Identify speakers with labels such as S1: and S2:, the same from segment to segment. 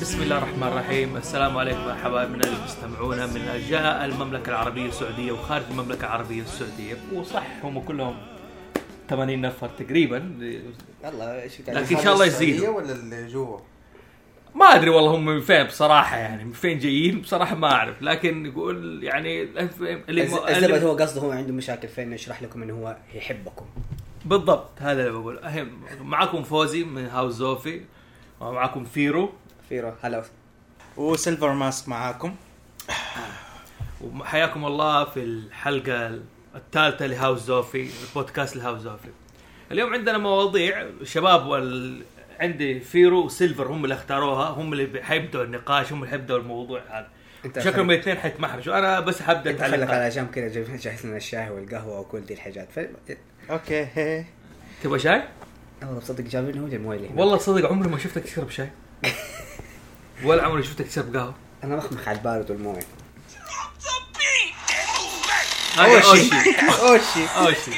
S1: بسم الله الرحمن الرحيم السلام عليكم يا حبايبنا اللي تستمعونا من أرجاء المملكة العربية السعودية وخارج المملكة العربية السعودية وصح هم كلهم 80 نفر تقريبا
S2: يلا ايش
S1: لكن إن شاء الله
S3: السعودية
S1: يزيدوا.
S3: ولا اللي جوا
S1: ما ادري والله هم من فين بصراحه يعني من فين جايين بصراحه ما اعرف لكن يقول يعني اللي
S2: الزبد هو قصده هو عنده مشاكل فين يشرح لكم انه هو يحبكم
S1: بالضبط هذا اللي بقول أهم معكم فوزي من هاوس زوفي ومعكم فيرو
S2: فيرو هلا
S4: وسيلفر ماسك معاكم
S1: وحياكم الله في الحلقة الثالثة لهاوس زوفي البودكاست لهاوس زوفي اليوم عندنا مواضيع شباب وال... عندي فيرو وسيلفر هم اللي اختاروها هم اللي حيبدأوا النقاش هم اللي حيبدأوا الموضوع هذا
S2: انت
S1: شكلهم
S2: خليك-
S1: الاثنين حيتمحرجوا انا بس حبدا
S2: انت خليك
S1: اتعلق
S2: على جنب كذا جايب- جاهز لنا الشاي والقهوه وكل دي الحاجات ف...
S4: اوكي هي.
S1: تبغى شاي؟
S2: والله بصدق جايبين هو المويل هنا.
S1: والله صدق عمري ما شفتك تشرب شاي ولا عمري شفتك تشرب قهوه
S2: انا مخمخ على البارد والمويه
S1: هذا اوشي
S2: اوشي
S1: اوشي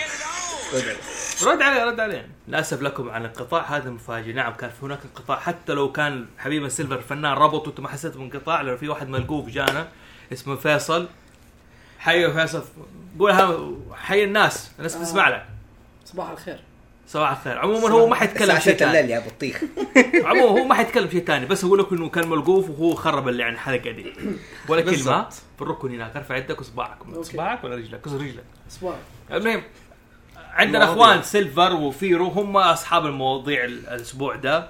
S1: رد عليه رد عليه للاسف لكم عن الانقطاع هذا مفاجئ نعم كان في هناك انقطاع حتى لو كان حبيبنا سيلفر فنان ربطه انتم ما حسيتوا بانقطاع لانه في واحد ملقوب جانا اسمه فيصل حي فيصل قولها حي الناس الناس بتسمع لك
S5: صباح الخير
S1: صباح الخير عموما هو ما حيتكلم شيء
S2: ساعتين
S1: ثاني
S2: الليل يا بطيخ
S1: عموما هو ما حيتكلم شيء ثاني بس اقول لك انه كان ملقوف وهو خرب اللي عن الحلقه دي ولا كلمه في الركن هناك ارفع يدك وصباعك
S5: أوكي.
S1: صباعك ولا رجلك كسر رجلك
S5: صباح
S1: المهم عندنا اخوان سيلفر وفيرو هم اصحاب المواضيع ال- الاسبوع ده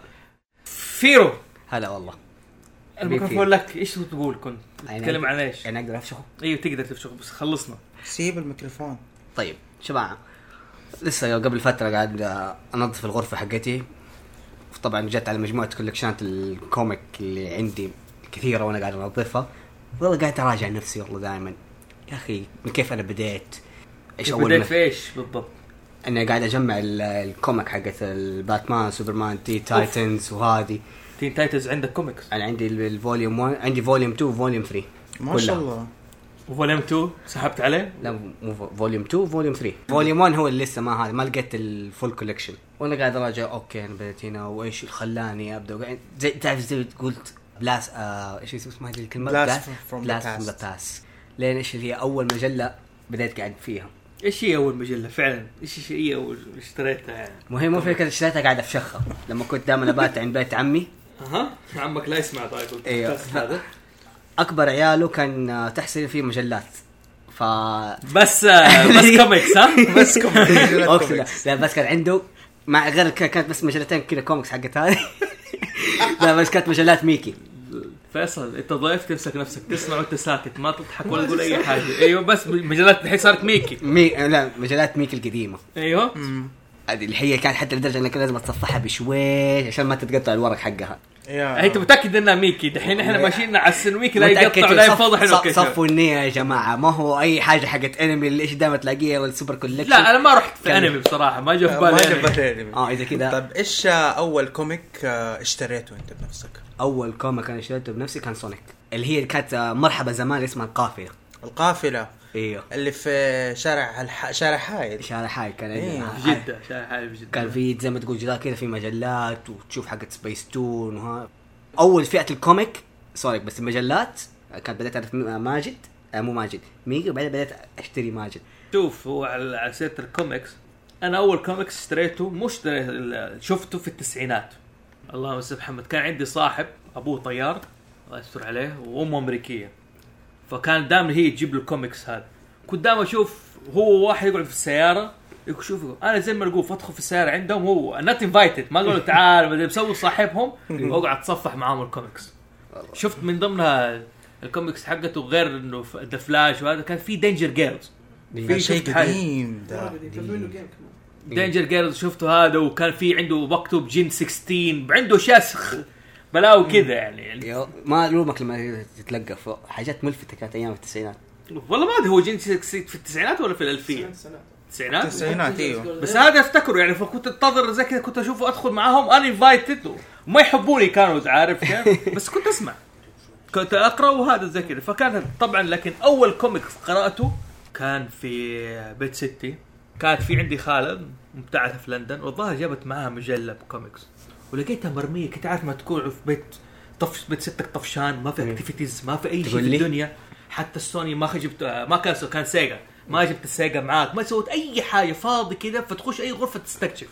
S1: فيرو
S2: هلا والله فيرو؟
S1: الميكروفون لك ايش تبغى تقول كنت
S2: أنا-
S1: تتكلم عن ايش
S2: انا اقدر افشخه
S1: ايوه تقدر تفشخ بس خلصنا
S4: سيب الميكروفون
S2: طيب جماعه لسه قبل فتره قاعد انظف الغرفه حقتي طبعا جت على مجموعه كولكشنات الكوميك اللي عندي كثيره وانا قاعد انظفها والله قاعد اراجع نفسي والله دائما يا اخي من كيف انا بديت ايش اول
S1: بديت
S2: ما
S1: في ايش بالضبط
S2: انا قاعد اجمع ال- الكوميك حقت الباتمان سوبرمان تي تايتنز وهذه
S1: تين تايتلز عندك كوميكس
S2: انا عندي ال- الفوليوم 1 عندي فوليوم 2 وفوليوم 3
S4: ما
S2: كلها.
S4: شاء الله
S1: وفوليوم 2 سحبت عليه
S2: لا مو فو- فوليوم 2 فوليوم 3 فوليوم 1 هو اللي لسه ما هذا ما لقيت الفول كولكشن وانا قاعد اراجع اوكي انا بديت هنا وايش اللي خلاني ابدا وقاعد- زي تعرف زي ما قلت بلاس آه ايش اسمها هذه الكلمه
S4: Blast
S2: بلاس
S4: from the
S2: بلاس
S4: past.
S2: فروم ذا باس لين ايش اللي هي اول مجله بديت قاعد فيها
S1: ايش هي اول مجله فعلا ايش ايش هي اول اشتريتها يعني
S2: مهم مو فكره اشتريتها قاعد افشخها لما كنت دائما ابات عند بيت عمي
S1: اها عمك لا يسمع طيب
S2: ايوه
S1: البودكاست هذا.
S2: اكبر عياله كان آه، تحصيل فيه مجلات ف
S1: بس آه، بس كوميكس ها
S4: بس كم
S2: اقسم بالله. لا بس كان عنده مع غير ك- كانت بس مجلتين كذا كوميكس حقت هذه لا بس كانت مجلات ميكي
S1: فيصل انت ضيف تمسك نفسك تسمع وانت ساكت ما تضحك ولا تقول اي حاجه ايوه بس مجلات الحين صارت ميكي
S2: مي... لا مجلات ميكي القديمه
S1: ايوه
S2: هذه اللي هي كانت حتى لدرجه انك لازم تصفحها بشوي عشان ما تتقطع الورق حقها
S4: يا
S1: انت متاكد انها ميكي دحين احنا ماشيين على السن ميكي لا
S2: متأكد
S1: يقطع ولا
S2: صف-
S1: يفضح
S2: صف-
S1: انه كشف.
S2: صفوا النية يا جماعة ما هو أي حاجة حقت أنمي اللي إيش دائما تلاقيها والسوبر كولكشن
S1: لا انا ما رحت في
S2: كمل.
S1: انمي بصراحه ما جاء في
S4: آه، ما
S1: بالي يعني. أنمي.
S4: جبت
S2: اه إذا كذا
S4: طب ايش آه، اول كوميك آه، اشتريته انت بنفسك؟
S2: أول كوميك أنا اشتريته بنفسي كان سونيك اللي هي كانت آه، مرحبا زمان اسمها القافية
S4: القافله
S2: ايوه
S4: اللي في شارع الح... شارع حايد
S2: شارع حاي كان
S4: إيه.
S2: عندنا
S1: في جده شارع حالي في جده
S2: كان في زي ما تقول جدار كذا في مجلات وتشوف حقت سبيس تون وها اول فئه الكوميك سوري بس المجلات كانت بدات اعرف ماجد آه مو ماجد ميجي وبعدين بدات اشتري ماجد
S1: شوف هو على على سيره الكوميكس انا اول كوميكس اشتريته مو اشتريته ال- شفته في التسعينات اللهم صل على محمد كان عندي صاحب ابوه طيار الله يستر عليه وامه امريكيه فكان دائما هي تجيب له الكوميكس هذا كنت دائما اشوف هو واحد يقعد في السياره يشوف انا زي ما القوف ادخل في السياره عندهم هو نوت انفايتد ما قالوا تعال ما ادري بسوي صاحبهم واقعد اتصفح معاهم الكوميكس شفت من ضمنها الكوميكس حقته غير انه ذا فلاش وهذا كان في دينجر جيرلز
S4: في شيء
S1: شفت حاجة.
S4: قديم ده
S5: مرة قديم كان
S1: آه،
S5: منه جيم كمان
S1: دينجر جيرلز شفته هذا وكان في عنده مكتوب جين 16 عنده شسخ بلاوي كذا يعني
S2: يو- ما الومك لما تتلقف حاجات ملفته كانت ايام التسعينات
S1: والله ما ادري هو جين 16 في التسعينات ولا في الالفيه؟
S5: تسعين سنة.
S1: التسعينات
S4: التسعينات ايوه
S1: إيوه. بس هذا افتكره يعني فكنت انتظر زي كذا كنت اشوفه ادخل معاهم ان انفايتد ما يحبوني كانوا عارف كيف بس كنت اسمع كنت اقرا وهذا زي كذا فكان طبعا لكن اول كوميك قراته كان في بيت ستي كانت في عندي خاله مبتعثه في لندن والظاهر جابت معاها مجله بكوميكس ولقيتها مرميه كنت عارف ما تكون في بيت طفش بيت ستك طفشان ما في
S2: مم.
S1: اكتيفيتيز ما في اي شيء
S2: تقول
S1: في
S2: لي؟
S1: الدنيا حتى السوني ما خ- جبت آه، ما كان سو- كان سيجا ما جبت السيجا معاك ما سويت اي حاجه فاضي كذا فتخش اي غرفه تستكشف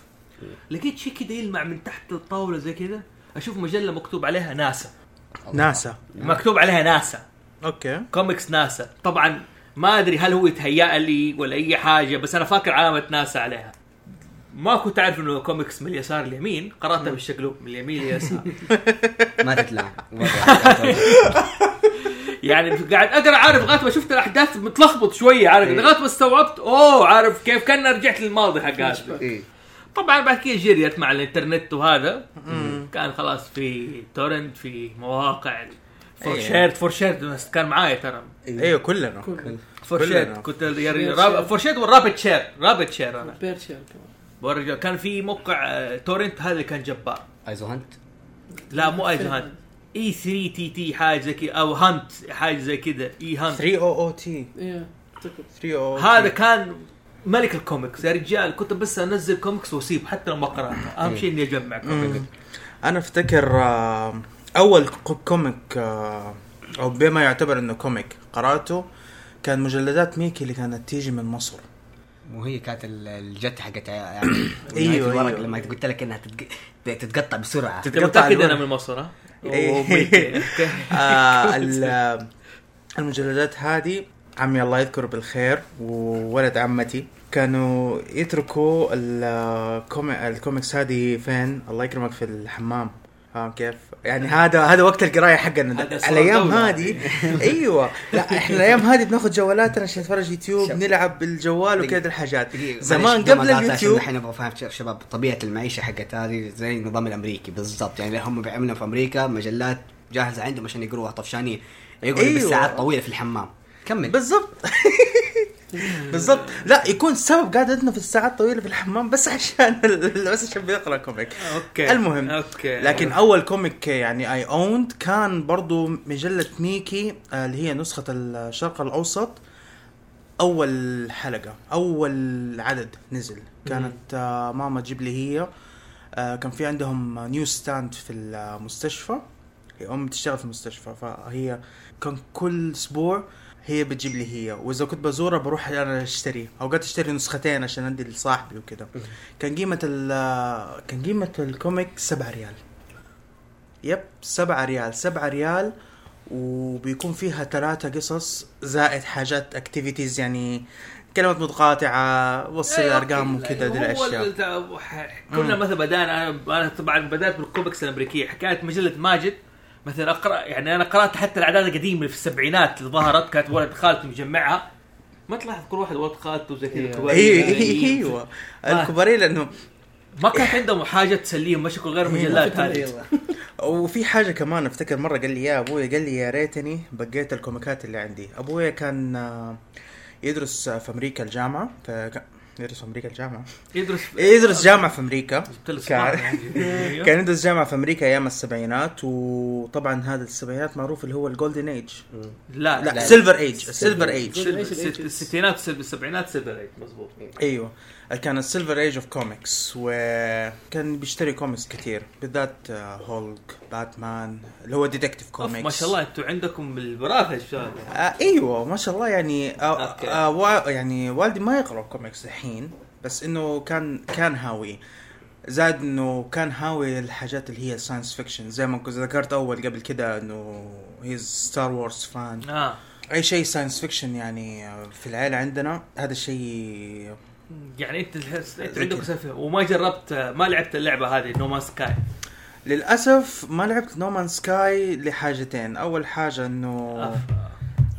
S1: لقيت شيء كذا يلمع من تحت الطاوله زي كذا اشوف مجله مكتوب عليها ناسا
S4: ناسا
S1: مكتوب عليها ناسا
S4: اوكي
S1: كوميكس ناسا طبعا ما ادري هل هو يتهيأ لي ولا اي حاجه بس انا فاكر علامه ناسا عليها ما كنت اعرف انه كوميكس من اليسار لليمين قراتها بالشقلوب من اليمين لليسار
S2: ما تتلعب
S1: يعني قاعد اقرا عارف لغايه ما شفت الاحداث متلخبط شويه عارف
S4: إيه.
S1: لغايه ما استوعبت اوه عارف كيف كان رجعت للماضي حق هذا
S2: إيه.
S1: طبعا بعد كذا جريت مع الانترنت وهذا كان خلاص في تورنت في مواقع فور
S4: إيه.
S1: شيرد فور شيرد كان معايا ترى
S4: ايوه كلنا
S5: كل
S1: فور
S4: كلنا.
S1: شيرد كنت يعني فور شيرد والرابط شير رابط شير انا
S5: بيرشل كمان
S1: والرجال- كان في موقع آه، تورنت هذا اللي كان جبار
S2: ايزو هانت
S1: لا مو E ايزو هانت اي 3 تي تي حاجه زي كذا او هانت حاجه زي كذا E اي هانت
S4: 3 او او تي
S5: ايه افتكر
S4: 3 او
S1: هذا كان ملك الكوميكس يا رجال كنت بس انزل كوميكس واسيب حتى لو ما قراتها
S4: إيه.
S1: اهم شيء اني اجمع كوميكس
S4: انا افتكر آه، اول كو- كوميك آه، او بما يعتبر انه كوميك قراته كان مجلدات ميكي اللي كانت تيجي من مصر
S2: وهي كانت ال- الجت حقت ع- يعني نهاية
S4: أيوة،
S2: الورق
S4: أيوة.
S2: لما قلت لك انها تتق- تتقطع بسرعه
S4: تت-
S1: انت متاكد انا من مصر ها؟
S4: إيه. آه، ال- المجلدات هذه عمي الله يذكره بالخير وولد عمتي كانوا يتركوا الكومي- الكوميكس هذه فين الله يكرمك في الحمام فاهم كيف؟ يعني هذا هذا وقت القرايه حقنا
S1: هذا صار
S4: الايام
S1: دولة.
S4: هذه ايوه لا احنا الايام هذه بناخذ جوالاتنا عشان نتفرج يوتيوب
S2: شوف.
S4: نلعب بالجوال وكذا
S2: دقيقة.
S4: الحاجات
S2: دقيقة،
S4: زمان
S2: معلش، قبل
S4: قبل
S2: ما أقاطع عشان
S4: اليوتيوب
S2: الحين ابغى افهم ش- شباب طبيعه المعيشه حقت هذه زي النظام الامريكي بالضبط يعني هم بيعملوا في امريكا مجلات جاهزه عندهم عشان يقروها طفشانين يقعدوا
S4: أيوة.
S2: بالساعات طويله في الحمام كمل
S4: بالضبط بالضبط لا يكون سبب قعدتنا في الساعات طويله في الحمام بس عشان ال- بس عشان بيقرا كوميك
S1: اوكي
S4: المهم.
S1: اوكي
S4: لكن اول كوميك يعني اي اوند كان برضو مجله ميكي آه، اللي هي نسخه الشرق الاوسط اول حلقه اول عدد نزل كانت آه، ماما تجيب لي هي آه، كان في عندهم نيو ستاند في المستشفى هي امي تشتغل في المستشفى فهي كان كل اسبوع هي بتجيب لي هي واذا كنت بزورها بروح انا اشتري اوقات اشتري نسختين عشان ادي لصاحبي وكذا كان قيمه ال- كان قيمه الكوميك 7 ريال يب 7 ريال 7 ريال وبيكون فيها ثلاثة قصص زائد حاجات اكتيفيتيز يعني كلمات متقاطعة وصل
S1: أيوة،
S4: الأرقام
S1: أوكي.
S4: وكذا دي
S1: هو
S4: الأشياء
S1: ال- ال- كنا مثلا بدانا انا انا طبعا بدات بالكوميكس الامريكيه حكايه مجله ماجد مثلا اقرا يعني انا قرات حتى الاعداد القديمه اللي في السبعينات اللي ظهرت كانت ولد خالتي مجمعها ما تلاحظ كل واحد ولد خالته زي
S4: إيه.
S1: كذا كبارين.
S4: ايوه ايوه الكبارين لانه
S1: ما كانت عندهم حاجه تسليهم مشكوا غير
S4: إيه،
S1: مجلات هذه
S4: وفي حاجه كمان افتكر مره قال لي يا ابوي قال لي يا ريتني بقيت الكوميكات اللي عندي ابوي كان آه، يدرس في امريكا الجامعه فكان يدرس في امريكا الجامعه
S1: يدرس
S4: يدرس جامعه في امريكا
S1: جبت له
S4: إيه، كان-
S1: صباع يعني. أيوه.
S4: كان يدرس جامعه في امريكا ايام السبعينات وطبعا هذا السبعينات معروف اللي هو الجولدن ايج
S1: لا
S4: لا
S1: لا
S4: سيلفر ايج السيلفر ايج
S1: سيلفر- الست- الستينات والسب- السبعينات سيلفر ايج مضبوط
S4: ايوه كان السيلفر ايج اوف كوميكس وكان بيشتري كوميكس كثير بالذات آه، هولك باتمان اللي هو ديتكتيف
S1: أوف،
S4: كوميكس
S1: ما شاء الله انتم عندكم الوراثه الشباب
S4: آه ايوه ما شاء الله يعني آه
S1: أوكي.
S4: آه وا- يعني والدي ما يقرا كوميكس الحين بس انه كان كان هاوي زاد انه كان هاوي الحاجات اللي هي ساينس فيكشن زي ما كنت ذكرت اول قبل كده انه هيز ستار وورز فان
S1: اه
S4: اي شيء ساينس فيكشن يعني آه، في العيله عندنا هذا الشيء
S1: يعني انت تحس انت عندك سالفه وما جربت ما لعبت اللعبه هذه نو مان سكاي
S4: للاسف ما لعبت نومان سكاي لحاجتين اول حاجه
S1: آه.
S4: انه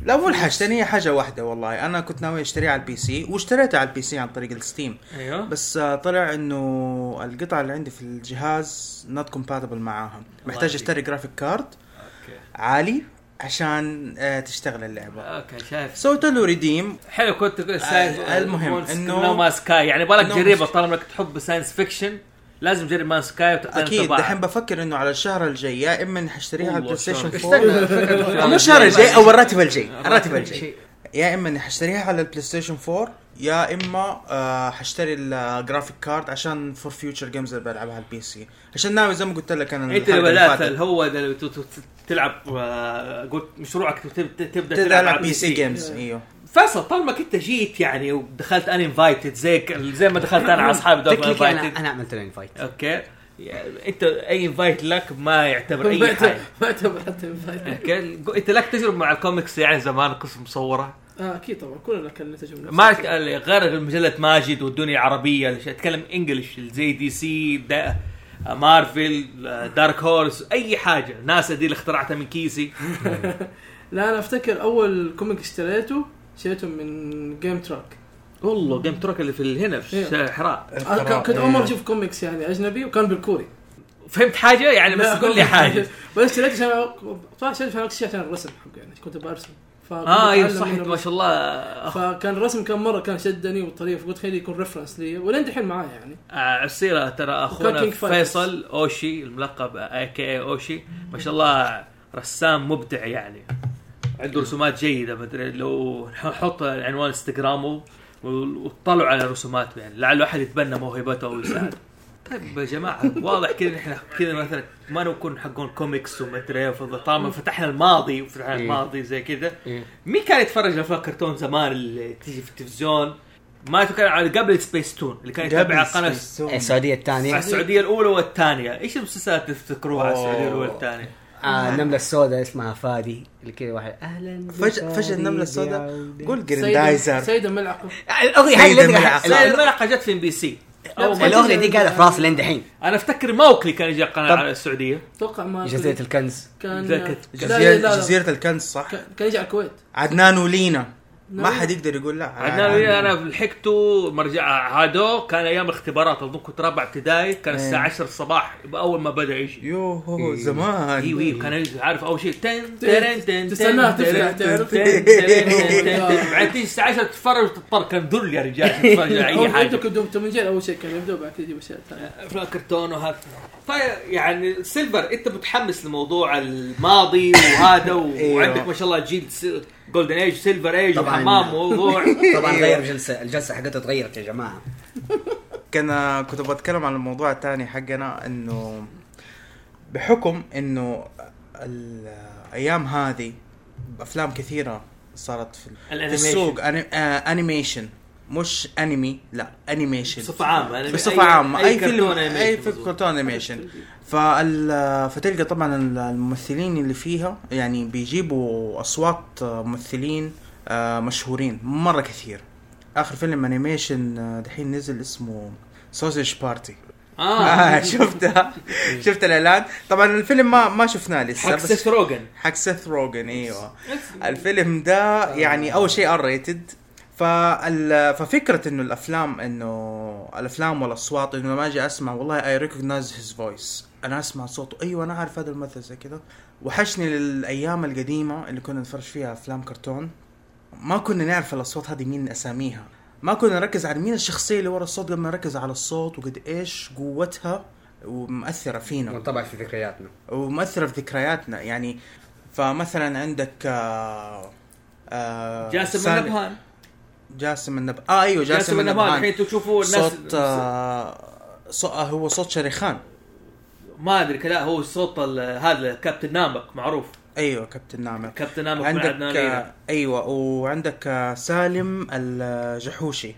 S4: لا مو الحاجتين هي حاجه واحده والله انا كنت ناوي اشتريها على البي سي واشتريتها على البي سي عن طريق الستيم
S1: ايوه
S4: بس آه، طلع انه القطع اللي عندي في الجهاز نوت كومباتبل معاها محتاج
S1: يهديك.
S4: اشتري جرافيك كارد
S1: اوكي
S4: عالي عشان آه، تشتغل اللعبه
S1: اوكي شايف
S4: سويت له ريديم
S1: حلو كنت تقول ساينس
S4: آه، المهم إنه-
S1: نو مان سكاي يعني بالك
S4: No
S1: تجربها
S4: Man's-
S1: طالما انك تحب ساينس فيكشن لازم تجرب مان سكاي وتعطينا
S4: اكيد
S1: انطباع.
S4: دحين بفكر انه على الشهر الجاي يا اما اني حشتريها على
S1: والله
S4: البلاي ستيشن
S1: شهر.
S4: 4 مو الشهر الجاي او الراتب الجاي الراتب الجاي يا اما اني حاشتريها على البلاي ستيشن 4 يا اما آه حاشتري الجرافيك كارد عشان فور فيوتشر جيمز اللي بلعبها على البي سي عشان ناوي زي ما قلت لك انا
S1: انت
S4: الحلقة
S1: اللي
S4: اللي
S1: بدات
S4: فاتت.
S1: اللي هو ده اللي ت- ت- تلعب آه، قلت مشروعك تب- تب- تبدا
S4: تبدا
S1: تلعب
S4: العب بي سي جيمز
S1: إيه.
S4: ايوه
S1: فيصل طالما كنت جيت يعني ودخلت ان انفايتد زي ك- زي ما دخلت انا على اصحابي دوك
S2: تكنيكي انا
S1: انفايتد
S2: انا عملت له انفايت
S1: اوكي يعني انت اي انفايت لك ما يعتبر
S5: ما
S1: اي حاجه
S5: يعتبر- ما يعتبر حتى انفايت
S1: اوكي انت لك تجربه مع الكوميكس يعني زمان قصص مصوره
S5: اه اكيد طبعا كلنا كان لنا تجربه
S1: ما
S5: نفسها.
S1: غير مجله ماجد والدنيا العربيه اللي اتكلم انجلش زي دي سي دا مارفل دارك هورس اي حاجه ناسا دي اللي اخترعتها من كيسي
S5: لا انا افتكر اول كوميك اشتريته اشتريته من جيم تراك
S1: والله جيم تراك اللي في ال- هنا في
S5: إيه.
S1: شارع الحراء
S5: انا كان- كنت اول مره
S1: إيه.
S5: اشوف كوميكس يعني اجنبي وكان بالكوري
S1: فهمت حاجه يعني بس
S5: لا،
S1: قول لي حاجه
S5: بس اشتريته عشان طبعا اشتريته عشان- عشان الرسم حقه يعني كنت برسم فكنت
S1: اه ايوه
S5: أتعلم
S1: صح
S5: منه
S1: انت ما شاء
S5: الرسم.
S1: الله أخ-
S5: فكان الرسم كان مره كان شدني والطريقه فقلت خليه يكون ريفرنس لي ولين دحين معايا يعني
S1: آه، السيره ترى اخونا
S5: وكان King Fighters.
S1: فيصل اوشي الملقب اي كي اي اوشي ما شاء الله رسام مبدع يعني عنده رسومات جيده مدري لو نحط عنوان انستغرامه وتطلعوا على رسوماته يعني لعله احد يتبنى موهبته ويساعد طيب يا جماعه واضح كذا نحن كذا مثلا ما نكون حقون كوميكس ومدري طالما فتحنا الماضي وفتحنا
S2: إيه.
S1: الماضي زي كذا
S2: إيه.
S1: مين كان يتفرج افلام كرتون زمان اللي تيجي في التلفزيون ما تكلم على قبل سبيس تون اللي كان يتابع على قناه
S2: السعوديه
S1: على
S2: الثانيه
S1: السعوديه الاولى والثانيه ايش المسلسلات تفتكروها على السعوديه
S4: أوه.
S1: الاولى والثانيه
S2: آه النمله السوداء اسمها فادي اللي كذا واحد اهلا
S4: فجاه فجاه النمله السوداء قول جريندايزر
S5: سيدة ملعقه
S2: الاغنيه هاي
S4: سيد
S2: اللي
S4: الملعقة.
S2: لا،
S1: سيد
S2: لا،
S1: الملعقه جت في ام بي سي أول ما-
S5: لا.
S2: الاغنيه دي قاعده في راسي لين دحين
S1: انا افتكر موكلي كان يجي على القناه
S2: طب.
S1: على السعوديه
S5: اتوقع ما
S2: جزيره الكنز
S5: كان
S1: لا، كانت-
S5: لا، لا،
S4: جزيرة,
S5: لا، لا.
S4: جزيرة الكنز صح
S5: كان كان يجي على الكويت
S4: عدنان ولينا ما
S5: نعم.
S4: حد يقدر يقول لا
S1: عندنا انا لحقته مرجع هادو كان ايام الاختبارات اظن كنت رابع ابتدائي كان الساعه 10 الصباح اول ما بدا يجي
S4: يوه
S2: إيه.
S4: زمان
S1: ايوه ايوه كان يجي عارف اول شيء تن تن تن
S5: تستناها
S1: تن-
S5: تفتح
S1: تن-
S5: تعرف
S1: تن- تن- تن- بعدين تيجي الساعه 10 تتفرج وتضطر كان ذل يا رجال عشان تتفرج على اي
S5: اول
S1: حاجه
S5: عندك دوم تومنجير اول شيء كان يبدو بعد كذا يجيب اشياء ثانيه
S1: افلام كرتون وهذا طيب يعني سيلفر انت متحمس لموضوع الماضي وهذا
S4: أيوه.
S1: وعندك ما شاء الله جيل جولدن ايج سيلفر ايج
S2: طبعاً.
S1: وحمام موضوع أيوه.
S2: طبعا
S4: أيوة.
S2: غير جلسه الجلسه حقته تغيرت يا جماعه
S4: كان كنت بتكلم عن الموضوع الثاني حقنا انه بحكم انه الايام هذه افلام كثيره صارت في, في
S1: الأنيميشن.
S4: السوق أني- آه، انيميشن مش انمي لا انيميشن
S1: بصفه عامه أنا-
S4: بصفة عامة أي فيلم
S1: كرتون أنيميشن
S4: أي فيلم
S1: مظبوط.
S4: كرتون أنيميشن
S1: إيه؟
S4: فال... فتلقى طبعا الممثلين اللي فيها يعني بيجيبوا أصوات ممثلين آه، مشهورين مرة كثير آخر فيلم أنيميشن آه، دحين نزل اسمه سوسيج بارتي
S1: اه
S4: آه شفتها شفت الإعلان طبعا الفيلم ما ما شفناه لسه
S1: حق
S4: بس
S1: سيث روجن
S4: حق سيث روجن ايوه الفيلم ده يعني اول شيء ار ريتد فال... ففكره انه الافلام انه الافلام والاصوات انه لما اجي اسمع والله اي ريكوجنايز هيز فويس انا اسمع صوته ايوه انا عارف هذا الممثل زي كذا وحشني للايام القديمه اللي كنا نتفرج فيها افلام كرتون ما كنا نعرف الاصوات هذه مين اساميها ما كنا نركز على مين الشخصيه اللي ورا الصوت قبل ما نركز على الصوت وقد ايش قوتها ومؤثره فينا
S2: طبعا في ذكرياتنا
S4: ومؤثره في ذكرياتنا يعني فمثلا عندك آه آه
S1: جاسم
S4: سالم-
S1: النبهان
S4: جاسم النب آه ايوه جاسم,
S1: جاسم النبهان الحين انتوا تشوفوا الناس
S4: صوت آه صو آه، هو صوت شريخان
S1: ما ادري كلا هو صوت ال- هذا كابتن نامك معروف
S4: ايوه كابتن نعمة
S1: كابتن نامك من عدنان
S4: عندك
S1: إيران.
S4: آه ايوه وعندك آه سالم الجحوشي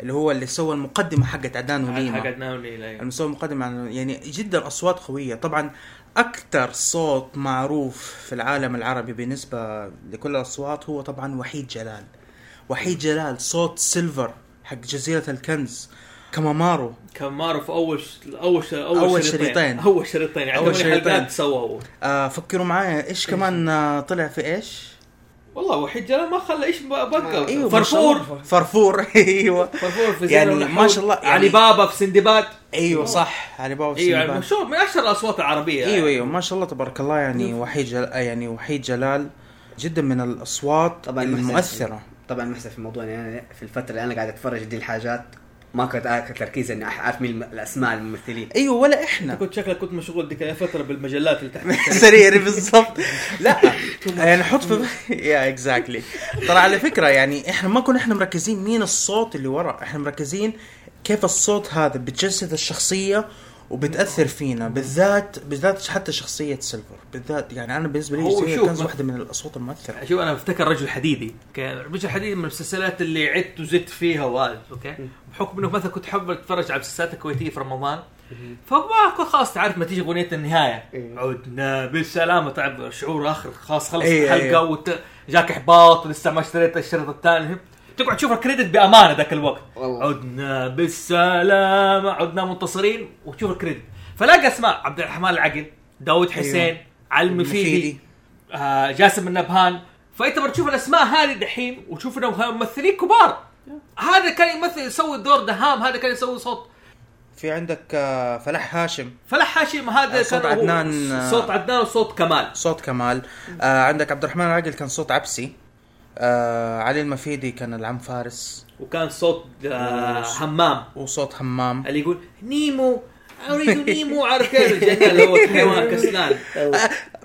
S4: اللي هو اللي سوى المقدمه حقت عدنان وليما
S1: حق عدنان وليما أيوه.
S4: المستوى المقدم عن يعني جدا اصوات قويه طبعا اكثر صوت معروف في العالم العربي بالنسبه لكل الاصوات هو طبعا وحيد جلال وحيد جلال صوت سيلفر حق جزيره الكنز كمامارو
S1: كان مارو في اول ش... اول ش... اول,
S4: أول شريطين.
S1: اول شريطين يعني
S4: أول
S1: ثمانية
S4: شريطين.
S1: حلقات سوا هو
S4: آه فكروا معايا ايش كمان آه طلع في ايش
S1: والله وحيد جلال ما خلى ايش بقى بقى
S4: أيوة، ما
S1: فرفور
S4: شاء الله. فرفور ايوه
S1: فرفور في
S4: يعني
S1: زينة
S4: ما شاء الله،
S1: والحوت،
S4: يعني-
S1: علي بابا في سندباد
S4: ايوه صح علي بابا
S1: ايوه يعني
S4: والسلبان.
S1: مشهور من اشهر الاصوات العربيه يعني.
S4: ايوه ايوه ما شاء الله تبارك الله يعني وحيد جلال يعني وحيد جلال جدا من الاصوات
S2: طبعاً
S4: المؤثره
S2: طبعا محسن في الموضوع يعني انا في الفتره اللي انا قاعد اتفرج دي الحاجات ما كنت آه، كنت تركيز اني اعرف مين الم- الاسماء الممثلين
S4: ايوه ولا احنا
S1: كنت شكلك كنت مشغول ذيك الفتره بالمجلات اللي تحت
S4: سريري يعني بالضبط لا يعني حط في يا اكزاكتلي ترى على فكره يعني احنا ما كنا احنا مركزين مين الصوت اللي ورا احنا مركزين كيف الصوت هذا بتجسد الشخصيه وبتاثر فينا بالذات بالذات حتى شخصيه سيلفر بالذات يعني انا بالنسبه لي
S1: هو
S4: سيلفر
S1: شوف
S4: كانت
S1: ما-
S4: واحده من الاصوات المؤثره
S1: شوف انا افتكر رجل حديدي كان رجل حديدي من المسلسلات اللي عدت وزدت فيها واجد اوكي بحكم انه مثلا كنت حابب اتفرج على المسلسلات الكويتيه في رمضان فما كنت خلاص تعرف ما تيجي اغنيه النهايه
S2: إيه.
S1: عدنا بالسلامه تعب شعور اخر خلاص خلص
S4: إيه، إيه.
S1: الحلقه وت... جاك احباط لسه ما اشتريت الشريط الثاني تقعد تشوف الكريدت بامانه ذاك الوقت
S2: والله.
S1: عدنا بالسلامه عدنا منتصرين وتشوف الكريدت فلاقي اسماء عبد الرحمن العقل داود حسين
S4: أيوه.
S1: علي
S4: المفيدي.
S1: المفيدي آه، جاسم النبهان فانت بتشوف الاسماء هذه دحين وتشوف انهم هم ممثلين كبار هذا كان يمثل يسوي دور دهام هذا كان يسوي صوت
S4: في عندك آه، فلاح هاشم
S1: فلاح هاشم هذا
S4: آه، صوت
S1: كان هو
S4: عدنان، آه.
S1: صوت عدنان وصوت كمال
S4: صوت كمال آه عندك عبد الرحمن العاقل كان صوت عبسي آه علي المفيدي كان العم فارس
S1: وكان صوت آه،
S4: وص-
S1: همام
S4: وصوت همام
S1: اللي يقول نيمو اريد نيمو عارف كيف الجنة اللي هو حيوان كسلان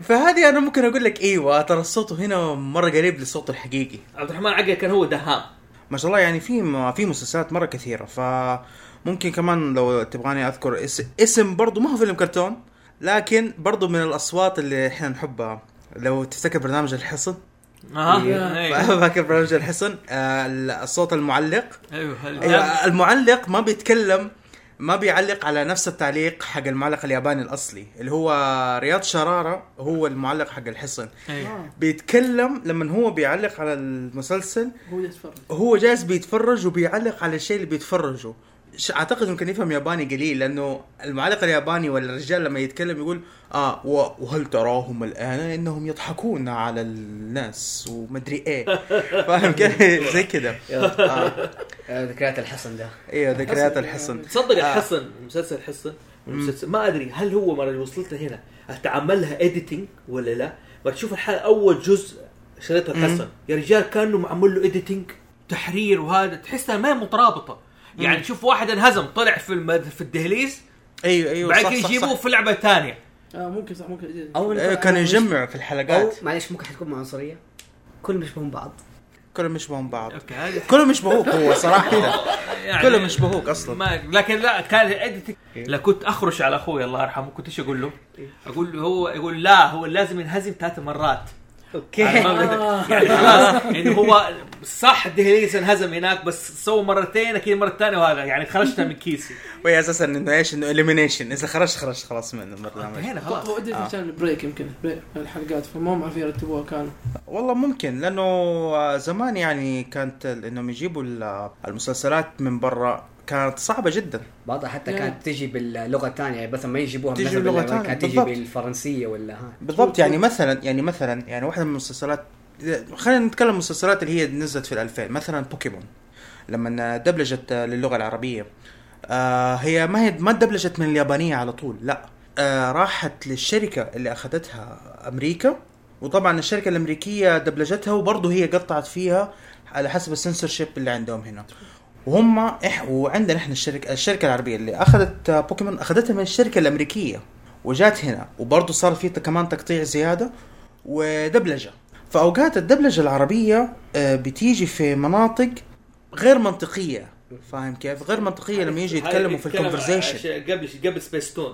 S4: فهذه انا ممكن اقول لك ايوه ترى الصوت هنا مره قريب للصوت الحقيقي
S1: عبد الرحمن عقل كان هو دهام
S4: ما شاء الله يعني في م- في مسلسلات مره كثيره فممكن كمان لو تبغاني اذكر اس- اسم برضو ما هو فيلم كرتون لكن برضو من الاصوات اللي احنا نحبها لو تفتكر برنامج الحصن
S1: اها
S5: إيه.
S1: أيوه.
S4: فاكر برنامج الحصن آه الصوت المعلق
S1: ايوه الجن-
S4: ايوه المعلق ما بيتكلم ما بيعلق على نفس التعليق حق المعلق الياباني الاصلي اللي هو رياض شراره هو المعلق حق الحصن
S1: أيوه.
S5: آه،
S4: بيتكلم لما هو بيعلق على المسلسل
S5: هو يتفرج
S4: هو جالس بيتفرج وبيعلق على الشيء اللي بيتفرجه ش- اعتقد ممكن يفهم ياباني قليل لانه المعلق الياباني ولا الرجال لما يتكلم يقول اه و- وهل تراهم الان انهم يضحكون على الناس ومدري ايه فاهم كيف زي كده آه.
S2: آه، ذكريات الحصن ده
S4: ايوه ذكريات الحصن
S1: تصدق
S4: آه.
S1: الحصن مسلسل الحصن المسلسل ما ادري هل هو مرة وصلت هنا اتعملها اديتنج ولا لا ما تشوف الحلقه اول جزء شريط الحصن يا رجال كانه معمول له اديتنج تحرير وهذا تحسها ما هي مترابطه يعني تشوف واحد انهزم طلع في المد... في الدهليز
S4: ايوه ايوه
S1: بعد
S4: صح
S1: كده
S4: صح,
S1: يجيبوه
S4: صح.
S1: في لعبه ثانيه
S5: اه ممكن صح ممكن جديد.
S2: او
S4: أيوة، كان يجمع في الحلقات
S2: او معلش ممكن حتكون عنصريه كلهم يشبهون بعض
S4: كلهم يشبهون بعض
S1: اوكي هذه
S4: كلهم يشبهوك هو صراحه
S1: يعني
S4: كلهم يشبهوك اصلا
S1: ما لكن لا كان الاديتنج
S4: إيه.
S1: لا كنت اخرش على اخوي الله يرحمه كنت ايش اقول له؟ اقول له هو يقول لا هو لازم ينهزم ثلاث مرات
S2: اوكي
S1: يعني
S5: آه،
S1: ما بدأ- يعني خلاص يعني هو صح دهليز انهزم هناك بس سوى مرتين اكيد مره ثانيه وهذا يعني خرجتها من كيسي
S4: وهي اساسا انه ايش انه اليمينيشن اذا خرجت خرجت خلاص من البرنامج
S1: هنا طيب، خلاص
S5: هو اديت كان بريك يمكن بريك من الحلقات فما هم عارفين يرتبوها كانوا
S4: والله ممكن لانه آه، زمان يعني كانت ال- انهم يجيبوا ال- آه، المسلسلات من برا كانت صعبه جدا
S2: بعضها حتى
S5: لا.
S2: كانت تجي باللغه الثانيه يعني مثلا ما يجيبوها
S4: تجي
S2: مثلا
S4: بلغة
S2: باللغة-
S4: تانية،
S2: كانت تجي
S4: بالضبط.
S2: بالفرنسيه ولا ها
S4: بالضبط يعني مثلا يعني مثلا يعني واحده من المسلسلات خلينا نتكلم عن المسلسلات اللي هي نزلت في 2000 مثلا بوكيمون لما دبلجت آه، للغه العربيه آه هي ما هي ما دبلجت من اليابانيه على طول لا آه راحت للشركه اللي اخذتها امريكا وطبعا الشركه الامريكيه دبلجتها وبرضه هي قطعت فيها على حسب السنسورشيب اللي عندهم هنا وهم إح وعندنا احنا الشركه الشركه العربيه اللي اخذت آه، بوكيمون اخذتها من الشركه الامريكيه وجات هنا وبرضه صار في كمان تقطيع زياده ودبلجه فاوقات الدبلجه العربيه آه، بتيجي في مناطق غير منطقيه فاهم كيف غير منطقيه لما يجي يتكلموا في الكونفرزيشن
S1: قبل قبل سبيس تون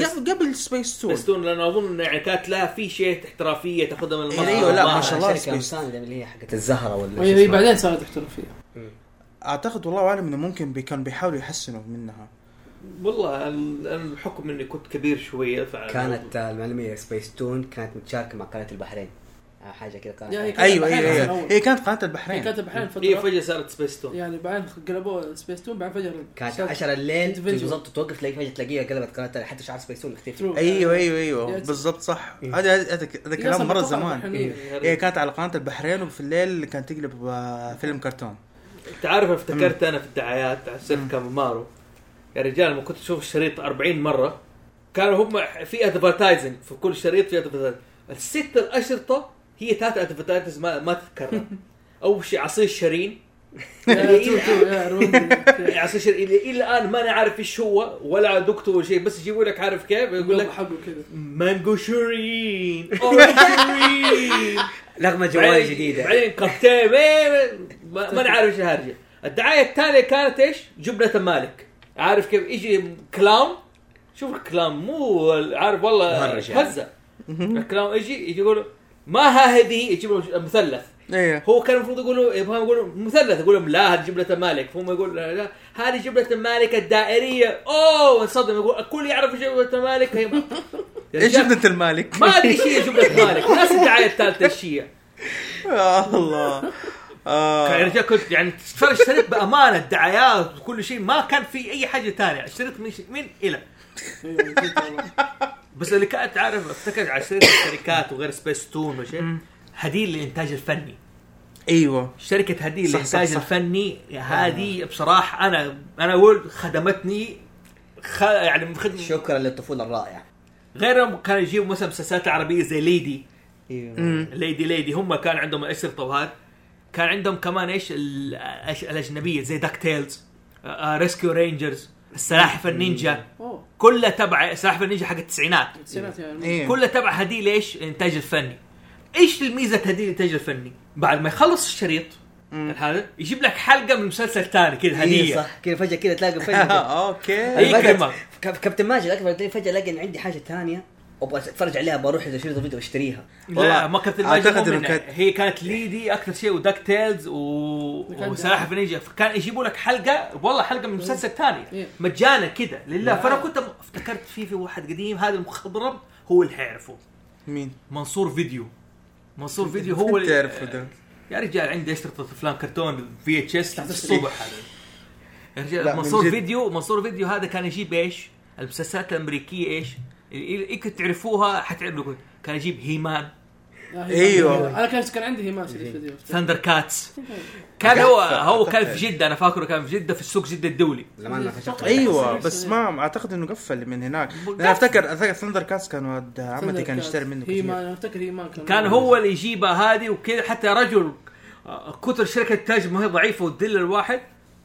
S4: قبل سبيس تون
S1: سبيس تون لانه اظن يعني كانت لها في شيء احترافيه تاخذها من المسرح
S4: أيوة، لا،
S1: والله.
S4: ما شاء الله
S2: الشركه
S4: سبيس- أيوة.
S2: الثانيه اللي هي حقت الزهره ولا شو
S5: هي هي
S2: اسمها.
S5: بعدين صارت احترافيه
S4: اعتقد والله اعلم انه ممكن بي- كانوا بيحاولوا يحسنوا منها
S1: والله ال- ال- بحكم اني كنت كبير شويه فعلا
S2: كانت آه، المعلوميه سبيس تون كانت متشاركه مع قناه البحرين آه، حاجه كذا قناه
S5: يا
S2: ثانية.
S5: هي كانت
S4: ايوه
S5: البحرين
S4: ايوه ايوه
S5: الأول.
S4: هي كانت قناه
S5: هي
S4: البحرين
S5: كانت بحرين فتره
S1: هي فجاه صارت سبيس تون
S5: يعني بعدين قلبوا سبيس تون بعد فجاه
S2: كانت
S5: صارت-
S2: 10 الليل
S5: Individual.
S2: بالضبط توقف تلاقي فجاه تلاقيها قلبت قناه ثانية، حتى شعر سبيس تون اختفى
S5: True.
S4: ايوه ايوه ايوه
S5: يا-
S4: بالضبط صح هذا هذا هذا
S5: هي
S4: كلام
S5: أصلاً
S4: مره
S5: مقطع
S4: زمان
S5: البحرينية.
S1: إيه.
S4: هي كانت على قناه البحرين وفي الليل كانت تقلب آه، فيلم كرتون
S1: انت عارف افتكرت انا في الدعايات على سيرة كامامارو يا رجال لما كنت اشوف الشريط 40 مره كانوا هم في ادفرتايزنج في كل شريط في ادفرتايزنج الست الاشرطه هي ثلاث ادفرتايزنج ما, ما تتكرر اول شيء عصير شيرين
S5: يا تو- تو- يا روندي.
S1: يعني عشان شيء الى الى الان ماني عارف ايش هو ولا دكتور ولا شيء بس يجيبوا لك عارف كيف يقول لك
S5: حقه كذا
S1: مانجو شيرين أورنج شيرين
S2: نغمه جوال
S1: بعدين-
S2: جديده
S1: بعدين كابتن ما ماني عارف ايش الهرجه الدعايه التاليه كانت ايش؟ جبنه المالك عارف كيف يجي كلاون شوف الكلاون مو عارف والله
S2: مهرج يعني.
S1: هزه الكلاون يجي يجي يقول ما ها هذه يجيب له مثلث
S4: ايه
S1: هو كان المفروض يقولوا يبغى يقولوا مثلث يقول لهم لا هذه جبلة المالك فهم يقول لا, لا هذه جبلة المالك الدائرية اوه انصدم يقول الكل يعرف جبلة المالك هي ما- يا
S4: ايش
S1: رجال،
S4: جبنة المالك؟
S1: ما ادري ايش هي جبلة المالك ناس الدعاية الثالثة ايش هي
S4: يا الله آه.
S1: يا رجال كنت يعني ترى اشتريت بامانه الدعايات وكل شيء ما كان في اي حاجه ثانيه اشتريت من شيء- من الى
S5: أيوة، جد والله.
S1: بس اللي كانت عارف افتكر على سيره الشركات وغير سبيس تون وشيء هديل للانتاج الفني
S4: ايوه
S1: شركه هدي
S4: صح،
S1: الانتاج
S4: صح، صح.
S1: الفني هذه بصراحه انا انا اقول خدمتني خ... يعني خد...
S2: شكرا للطفوله الرائعه
S1: غيرهم كانوا يجيبوا مثلا مسلسلات عربيه زي ليدي إيه.
S2: إيه،
S4: مم.
S1: ليدي ليدي هم كان عندهم اشرطه وهذا كان عندهم كمان ايش ال- الأش- الاجنبيه زي آه، داك تيلز ريسكيو رينجرز السلاحف النينجا
S5: اوه
S1: كلها تبع سلاحف النينجا حق التسعينات
S5: التسعينات يعني
S4: ايه
S1: كلها تبع هدي ليش الانتاج الفني ايش الميزه هدي الانتاج الفني بعد ما يخلص الشريط هذا يجيب لك حلقه من مسلسل ثاني كذا
S2: هديه
S1: هديه
S2: إيه، صح كذا فجاه كذا تلاقي فجاه
S4: آه، اوكي
S1: أي
S2: أنا بدأت-
S1: كلمة.
S2: كاب- كابتن ماجد اكبر تلاقي فجاه الاقي ان عندي حاجه ثانيه ابغى اتفرج عليها بروح اذا شريط الفيديو واشتريها
S1: لا
S4: والله
S1: ما كانت
S4: أعتقد
S1: اعتقد
S4: إنه
S1: كانت
S4: كانت-
S1: هي كانت ليدي اكثر شيء وداك تيلز و...
S5: كان-
S1: وسلاحف نينجا فكان يجيبوا لك حلقه والله حلقه من مسلسل ثاني
S5: إيه.
S1: مجانا كذا لله فانا كنت افتكرت في في واحد قديم هذا المخضرم هو اللي حيعرفه
S4: مين؟
S1: منصور فيديو منصور فيديو هو اللي
S4: تعرفه ده
S1: يا رجال عندي اشترطة افلام كرتون في اتش اس الصبح هذا يا
S4: لا،
S1: رجال
S4: من
S1: منصور
S4: جد.
S1: فيديو منصور فيديو هذا كان يجيب ايش؟ المسلسلات الامريكيه ايش؟ اللي إيه كنت تعرفوها حتعرف لكم كان يجيب هيمان
S5: آه، هي-
S4: أيوه.
S5: انا كان كان عندي هيماس في
S4: إيه.
S5: الفيديو
S1: ثاندر كاتس كان هو هو كان في جده انا فاكره كان في جده في السوق جده الدولي
S2: لما انا فشلت
S4: ايوه
S5: بس-
S4: بس ما اعتقد انه قفل من هناك
S1: قفل.
S4: انا افتكر افتكر ثندر كاس كان ولد عمتي كان يشتري منه
S5: هي
S4: كثير
S5: ما افتكر هي ما كان
S1: كان هو اللي يجيبها هذه وكذا حتى يا رجل آه، كتر شركه التاج ما هي ضعيفه وتدل الواحد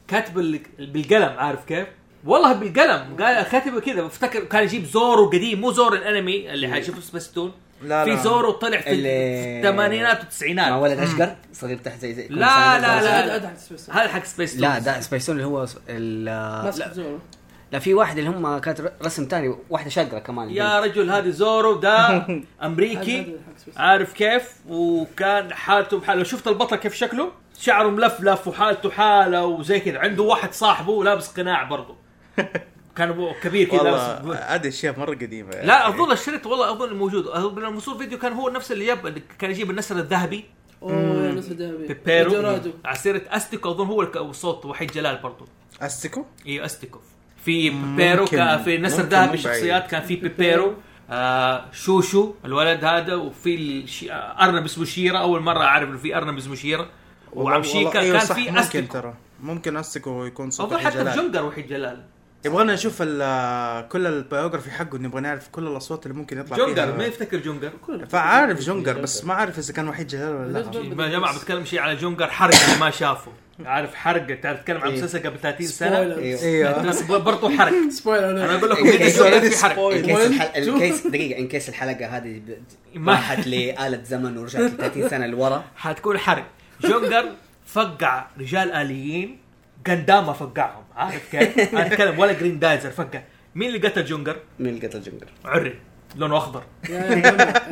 S1: كاتب ال- بالقلم عارف كيف؟ والله بالقلم قال كاتبه كذا افتكر كان يجيب زورو قديم مو زورو الانمي اللي حيشوفه في سبيستون
S4: لا
S1: في
S4: لا
S1: زورو طلع في
S2: اللي-
S1: في الثمانينات
S2: مع
S1: والتسعينات
S2: ولد اشقر صغير تحت زي زي
S1: لا، لا، لا.
S5: لا لا
S1: هذا حق سبيستون
S2: لا ده سبيسون اللي هو ال-
S5: ماسك
S2: لا,
S5: زورو
S2: لا في واحد اللي هم كانت رسم ثاني واحده شقره كمان
S1: يا رجل هذا زورو ده امريكي
S5: هذا حق سبيس.
S1: عارف كيف وكان حالته بحاله شفت البطل كيف شكله شعره ملفلف وحالته حاله وزي كذا عنده واحد صاحبه لابس قناع برضه كان أبو كبير كذا
S4: والله
S1: لابس
S4: هذه اشياء مره قديمه يعني.
S1: لا اظن الشريط والله اظن موجود أظن المصور فيديو كان هو نفس اللي يب... كان يجيب النسر الذهبي
S5: اوه يا ناس الذهبي
S1: بيبيرو
S5: دورادو
S1: على سيره استيكو اظن هو الك- صوت وحيد جلال برضه
S4: استيكو
S1: اي استيكوف إيه، في بيبيرو
S4: ممكن-
S1: كان في نسر
S4: ممكن
S1: ذهبي
S4: مو بعيد.
S1: شخصيات كان في بيبيرو آه شوشو الولد هذا وفي الشي... آه ارنب اسمه شيرا اول مره اعرف انه في ارنب اسمه شيرا وعم
S4: والله-
S1: شيكا
S4: أيوة
S1: كان
S4: صح،
S1: في
S4: ممكن
S1: استيكو
S4: ترى ممكن استيكو يكون صوت
S1: اظن
S4: وحيد
S1: حتى
S4: جلال.
S1: الجنجر وحيد جلال
S4: يبغانا نشوف ال- كل البايوغرافي حقه نبغى نعرف كل الاصوات اللي ممكن يطلع
S1: جونجر ما
S4: فيها
S1: يفتكر جونجر
S4: فعارف جونجر بس ما عارف اذا كان وحيد جلال ولا لا
S5: بالنسبة-
S1: يا جماعه بتكلم شيء على جونجر حرق اللي ما شافه عارف حرق تعرف تتكلم
S4: إيه.
S1: عن مسلسل قبل 30 سنه
S5: سبويلر
S4: ايوه
S1: بس برضه حرق
S5: سبويلر
S1: انا اقول لكم
S2: إيه،
S1: إن
S2: إيه،
S1: جونجر في
S4: إيه،
S1: حرق
S2: ان كيس
S5: One,
S2: الحلقه
S5: two.
S2: الكيس دقيقه ان كيس الحلقه هذه ب-
S1: ما-
S2: راحت لآلة زمن ورجعت ل 30 سنه لورا
S1: حتكون حرق جونجر فقع رجال اليين قندامه فقعهم عارف كيف؟ انا اتكلم ولا جرين دايزر فقع مين اللي قتل جونجر؟
S2: من قتل جنجر
S1: عري لونه اخضر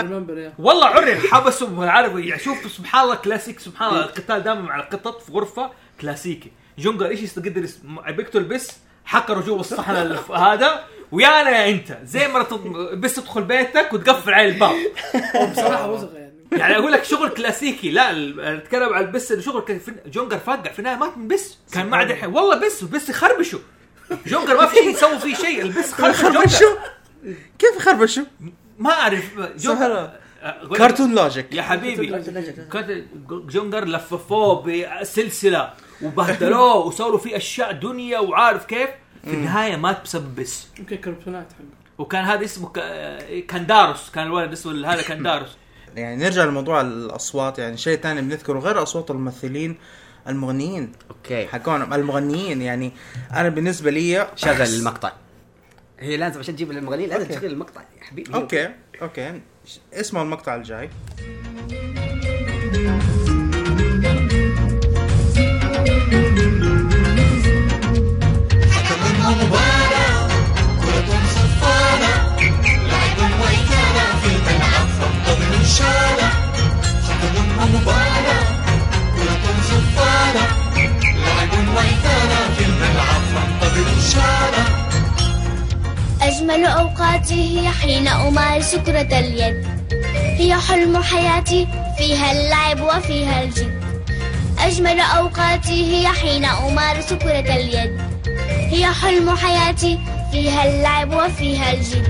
S5: ريمبر يا
S1: والله عري حبسوا عارف يعني شوف سبحان الله كلاسيك سبحان الله القتال دائما مع القطط في غرفه كلاسيكي جونجر ايش يستقدر يس- م- بيقتل بس حقره جوا الصحن الف- هذا ويا انا يا انت زي ما تض- بس تدخل بيتك وتقفل على الباب
S5: هو بصراحه وزغه يعني
S1: يعني اقول لك شغل كلاسيكي لا ال- اتكلم عن بس شغل كان في- جونجر فقع في النهايه مات من بس كان ما عاد والله بس بس خربشه جونجر ما في شيء يسوي فيه شيء البس خربش جونجر
S4: خربشوا كيف خربشوا؟
S1: ما اعرف
S4: سبحان
S1: جونجر
S4: الله.
S1: أقول لك-
S4: كارتون لوجيك
S1: يا حبيبي كت- جونجر لففوه بسلسله وبهدلوه وسووا له فيه اشياء دنيا وعارف كيف في النهايه مات بسبب بس
S5: يمكن كربتونات حقه
S1: وكان هذا اسمه ك- كنداروس كان الولد اسمه هذا كنداروس
S4: يعني نرجع لموضوع الاصوات يعني شيء ثاني بنذكره غير اصوات الممثلين المغنيين
S2: اوكي
S4: حقونهم المغنيين يعني انا بالنسبه لي
S2: شغل
S4: أحس-
S2: المقطع هي لازم عشان تجيب المغني لازم
S4: أوكي.
S2: تشغل المقطع يا حبيبي
S4: اوكي اوكي ش- اسمعوا المقطع الجاي
S3: أجمل أوقاتي هي حين أمارس كرة اليد هي حلم حياتي فيها اللعب وفيها الجد أجمل أوقاتي هي حين أمارس كرة اليد هي حلم حياتي فيها اللعب وفيها الجد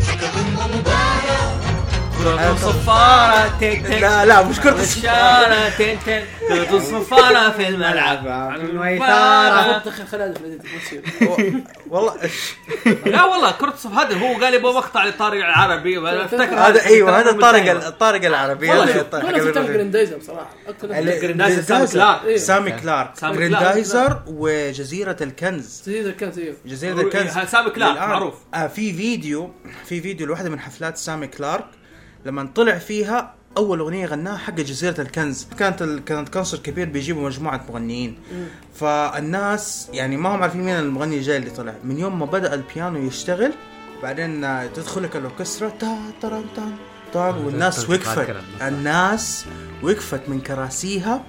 S1: كرة صفارة تك تك
S4: لا لا مش كرة
S1: والشارة تن تن كرة الصفارة في الملعب
S5: عرفت
S1: الميثارة
S5: دخل خلال في الإيديت، ما تصير.
S4: و- والله
S1: لا والله كرة الصف هذا هو قال يبغى مقطع لطارق العربي وأنا أفتكر
S4: هذا ايوه هذا
S1: من
S4: طارق
S1: دايما.
S4: ال- طارق العربي
S5: والله
S4: هذا
S5: شوف
S4: طارق
S5: كلنا في تحت
S4: العربي.
S5: جريندايزر بصراحه أكتر من
S4: ال-
S1: جريندايزر، سامي كلارك.
S5: إيه.
S4: سامي كلارك
S1: سامي
S4: جريندايزر وجزيره الكنز
S5: تجي ذا كان زيه
S4: جزيره الكنز
S1: سامي كلارك
S4: للآن.
S1: معروف
S4: آه في فيديو في فيديو لواحده من حفلات سامي كلارك لما طلع فيها اول اغنيه غناها حق جزيره الكنز كانت ال... كانت كونسرت كبير بيجيبوا مجموعه مغنيين فالناس يعني ما هم عارفين مين المغني الجاي اللي طلع من يوم ما بدا البيانو يشتغل بعدين آه، تدخل لك الاوركسترا تا تران تان تان والناس وقفت الناس وقفت من كراسيها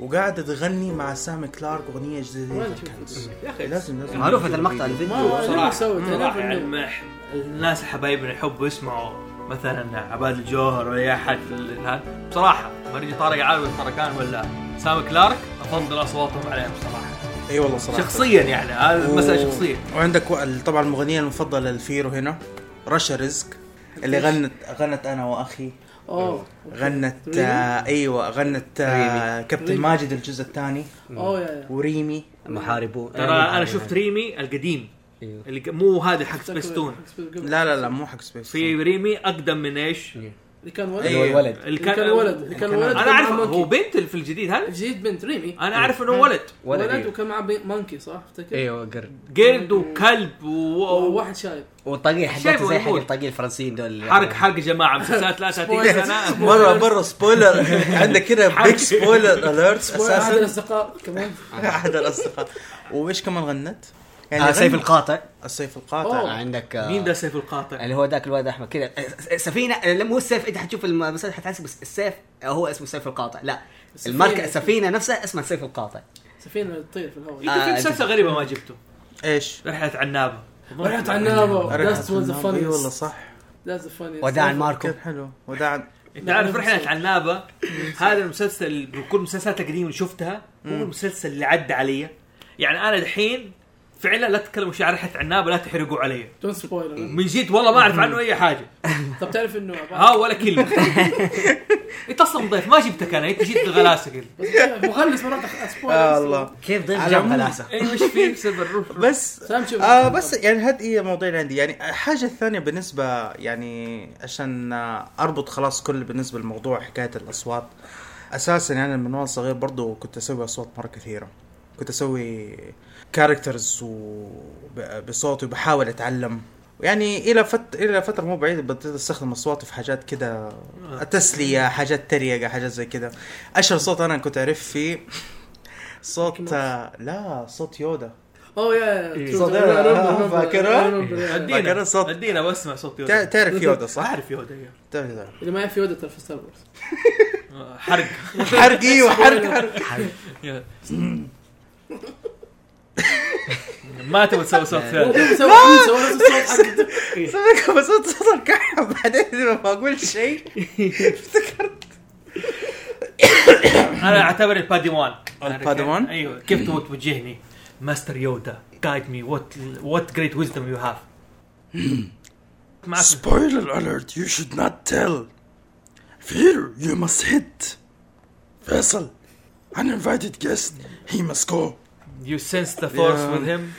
S4: وقاعده تغني مع سامي كلارك اغنيه جزيره
S5: وين تشوف
S4: الكنز
S1: يا أخي
S4: لازم لازم
S2: معروفة المقطع الفيديو
S5: ما-
S1: صراحة
S5: ما سوت
S1: صراحة
S5: أنا
S1: يعني
S5: في-
S1: ما أح- الناس حبايبنا يحبوا يسمعوا مثلا عباد الجوهر ولا أي أحد ال- هذا بصراحة ما نجي طارق عربي طرقان ولا سامي كلارك أفضل أصواتهم عليهم بصراحة
S4: اي والله صراحه
S1: شخصيا يعني هذا مسألة شخصية
S4: وعندك و- طبعا المغنيه المفضله الفيرو هنا رشا رزق اللي غنت غنت انا واخي
S5: اوه
S4: غنت
S5: ريمي؟
S4: آه ايوه غنت آه كابتن
S5: ريمي.
S4: ماجد الجزء الثاني
S5: اوه يا يا
S4: وريمي
S2: محاربون
S1: ترى
S4: أيوة.
S1: انا شفت ريمي القديم
S2: أيوه.
S1: اللي ك- مو هذا حق سبيستون
S4: لا لا لا مو حق سبيس
S1: في ريمي اقدم من ايش؟
S5: اللي كان ولد
S2: اللي
S4: أيوه.
S2: هو الولد
S1: اللي
S5: آه. إيه. اللي كان ولد اللي كان ولد
S1: انا
S5: كان
S1: اعرف
S5: معاه
S1: هو
S5: مونكي. إيه.
S1: بنت اللي في الجديد هذا
S5: جديد بنت ريمي
S1: انا اعرف انه ولد
S2: ولد
S5: ولد
S2: إيه.
S5: وكان معاه بي- مونكي صح افتكر
S2: ايوه قرد
S1: قرد وكلب و- و-
S5: وواحد شايب
S2: والطقي
S1: شايفه
S2: حقته زي حق
S1: موجود.
S2: الطقي الفرنسيين دول
S1: حرق حرق جماعه مسلسلات 33 سنه
S4: مره مره سبويلر عندك كده
S1: حرق.
S4: بيج سبويلر اليرت
S5: احد
S4: اساسا
S5: الاصدقاء كمان
S4: احد الاصدقاء وايش كمان غنت؟ يعني
S2: آه سيف
S4: غنت-
S2: القاطع
S4: السيف
S5: أوه.
S4: القاطع
S2: عندك آه،
S1: مين ده سيف القاطع؟
S2: اللي هو ذاك الواد احمد كذا آه، سفينه آه، لا، مو السيف انت حتشوف المسلسل حتحسب الس- السيف آه، هو اسمه سيف القاطع لا
S5: السفينة.
S2: الماركه السفينه نفسها اسمها سيف القاطع
S5: سفينه تطير في الهواء
S1: انت في
S2: آه،
S1: مسلسل غريبه ما جبته
S4: ايش؟
S1: رحله عنابه
S5: رحت عنابه ذاتس واز ذا
S4: اي والله
S5: فانيست
S4: صح
S5: ذاتس ذا فانيست
S2: وداعا ماركو
S4: كان حلو وداعا
S1: انت عارف رحله عنابه هذا المسلسل بكل المسلسلات القديمه اللي شفتها هو المسلسل اللي عدى علي يعني انا الحين فعلا لا تتكلموا شيء عن رحله عنابه لا تحرقوا علي
S5: دون سبويلر
S1: من جد والله ما اعرف عنه اي حاجه
S5: طب تعرف انه
S1: ها ولا كلمه انت اصلا ضيف ما جبتك انا انت جيت غلاسه كذا
S5: بس مغلس مرات سبويلر
S4: آه الله
S2: كيف ضيف
S4: على
S2: جاب
S4: العموم-
S2: خلاصه
S1: اي وش فيك سبر روح روح.
S4: بس
S5: سام شوف
S4: آه بس يعني هاد إيه الموضوع اللي عندي يعني الحاجة الثانية بالنسبة يعني عشان آه، أربط خلاص كل بالنسبة لموضوع حكاية الأصوات أساسا يعني من وأنا صغير برضو كنت أسوي أصوات مرة كثيرة كنت أسوي كاركترز وبصوتي وبحاول أتعلم يعني الى فت... الى فتره مو بعيده بديت استخدم اصواتي في حاجات كده
S5: آه.
S4: تسليه حاجات تريقه حاجات زي كده اشهر صوت انا كنت اعرف فيه صوت آه، لا صوت يودا
S5: اوه يا
S1: إيه.
S5: يا
S4: صدق؟ آه، فاكرة؟
S1: ادينا
S4: صوت.
S1: ادينا واسمع صوت
S4: تع-
S1: يودا
S4: تعرف يودا صح؟
S1: اعرف يودا أيوه.
S4: تعرف يودا
S5: اللي معي في يودا ترى في ستار وورز
S1: آه، حرق
S4: حرق ايوه حرق حرق
S1: يلا. ما تبغى تسوي صوت ثاني
S5: سوى سوى نفس الصوت حق
S4: سمك بس صوت صوت الكحة بعدين ما بقول شيء
S1: انا اعتبر الباديوان
S4: الباديوان؟
S1: ايوه كيف تبغى توجهني ماستر يودا جايد مي وات وات جريت ويزدم يو هاف معك
S4: سبويلر اليرت يو شود نوت تيل فير يو ماست هيت فيصل uninvited guest he must go
S1: يو سنس ذا فورس
S4: Yeah.
S1: وذ هيم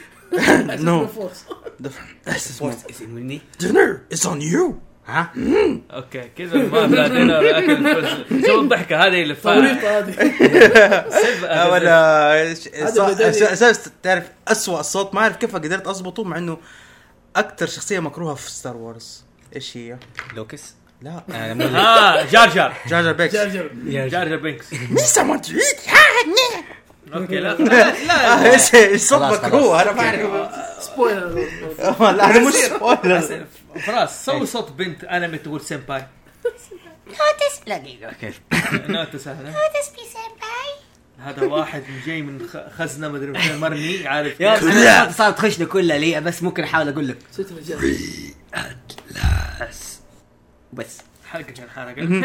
S4: no
S5: فورس
S4: the- this is my-
S2: اسمني
S4: dinner is on you
S2: ها
S1: اوكي كذا ما بعدين اكل فلس- شو الضحكه هذه اللي فعلا
S5: طريقة هذه
S4: أه، ولا ش- صا-
S5: بدني.
S4: أس- اساس أه، تعرف اسوء صوت ما اعرف كيف قدرت اضبطه مع انه اكثر شخصيه مكروهه في ستار وورز ايش هي؟
S2: لوكس
S4: لا
S2: آه، مين اللي-
S1: ها جار جار
S4: جار جار بيكس
S5: جرجر
S1: جار جار بينكس
S4: ميسا مونتريك ها، ني.
S1: اوكي لا لا لا
S4: آه، ايش ايش صوت
S2: خلاص، خلاص.
S4: مكروه انا ما اعرف
S5: سبويلر
S4: لا انا مش سبويلر
S1: فراس سوي صوت بنت انمي تقول سيمباي
S2: لوكس لا دقيقه كيف
S1: نوتس هذا هذا واحد من جاي من خ- خزنه مدري من فين مرمي عارف
S2: يا
S1: كيف.
S2: أخي، أنا صار تخش لي كلها لي بس ممكن احاول اقول لك
S5: صوت الرجال
S2: بس
S1: حرقه كان حرقه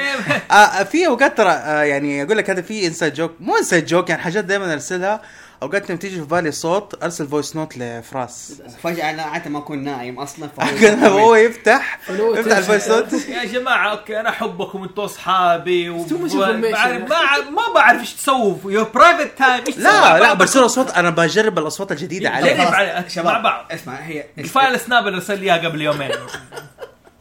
S4: آه، في اوقات ترى آه، يعني اقول لك هذا في انسايد جوك مو انسايد جوك يعني حاجات دائما ارسلها اوقات لما تيجي في بالي صوت ارسل فويس نوت لفراس
S2: فجاه انا عاده ما اكون نايم اصلا
S4: هو يفتح
S5: فلو
S4: يفتح
S5: تمشي.
S4: الفويس نوت
S1: يا جماعه اوكي انا احبكم انتوا اصحابي و...
S5: too much
S1: و-
S5: information.
S1: بعرف- ما ع- ما بعرف ايش تسووا يور برايفت تايم ايش
S4: لا لا برسل صوت انا بجرب الاصوات الجديده عليه
S1: جرب عليه، مع بعض.
S2: اسمع هي
S1: الفايل سناب اللي ارسل لي اياه قبل يومين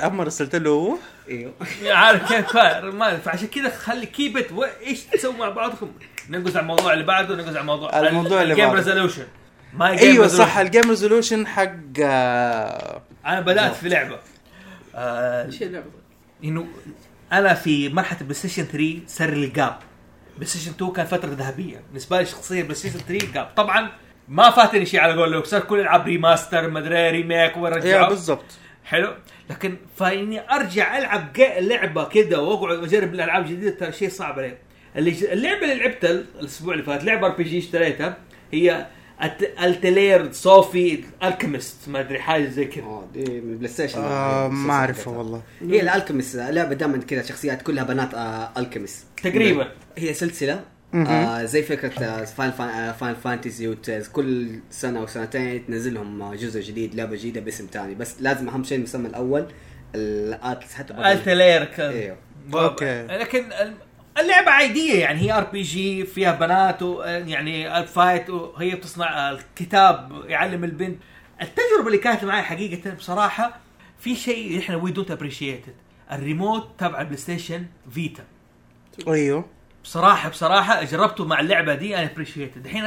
S4: اما رسلت له هو
S2: ايوه
S1: عارف كيف فا- ما فعشان كذا خلي كيبت ايش تسووا مع بعضكم ننقز على الموضوع اللي بعده ننقز على الموضوع
S4: الموضوع اللي
S1: جيم
S4: بعده.
S1: ريزولوشن ما game
S4: ايوه
S1: resolution.
S4: صح الجيم ريزولوشن حق آه،
S1: انا بدات في لعبه آه،
S5: ايش اللعبة طيب؟
S1: انه انا في مرحله البلاي ستيشن 3 سر الجاب بلاي ستيشن 2 كان فتره ذهبيه بالنسبه لي شخصيا بلاي ستيشن 3 جاب طبعا ما فاتني شيء على قول لوك صار كل العاب ريماستر مدري ريميك
S4: ايوه
S1: ورجع
S4: بالضبط
S1: حلو لكن فاني ارجع العب جا- لعبه كده واقعد اجرب الالعاب الجديده ترى شيء صعب علي اللي ج- اللعبه اللي لعبتها الاسبوع اللي فات لعبه ار بي جي اشتريتها هي الت- التلير صوفي الكيمست ما ادري حاجه زي كذا
S2: آه، دي من بلاي ستيشن
S4: آه، ما اعرفه والله
S2: هي الالكيميس لعبه دائما كذا شخصيات كلها بنات الكيميس
S1: تقريباً.
S2: هي سلسله آه زي فكره فاين فانتسي وتيز كل سنه او سنتين تنزل لهم آه، جزء جديد لعبه جديده باسم ثاني بس لازم اهم شيء المسمى الاول الاتلس حتى بدل-
S1: التلاير كان
S2: ايوه.
S4: أوكي.
S1: لكن الم- اللعبة عادية يعني هي ار بي جي فيها بنات و يعني الفايت وهي بتصنع آه، الكتاب يعلم البنت التجربة اللي كانت معي حقيقة بصراحة في شيء احنا وي دونت ابريشيتد الريموت تبع البلاي ستيشن فيتا
S4: ايوه
S1: بصراحة بصراحة جربته مع اللعبة دي انا ابريشيتد الحين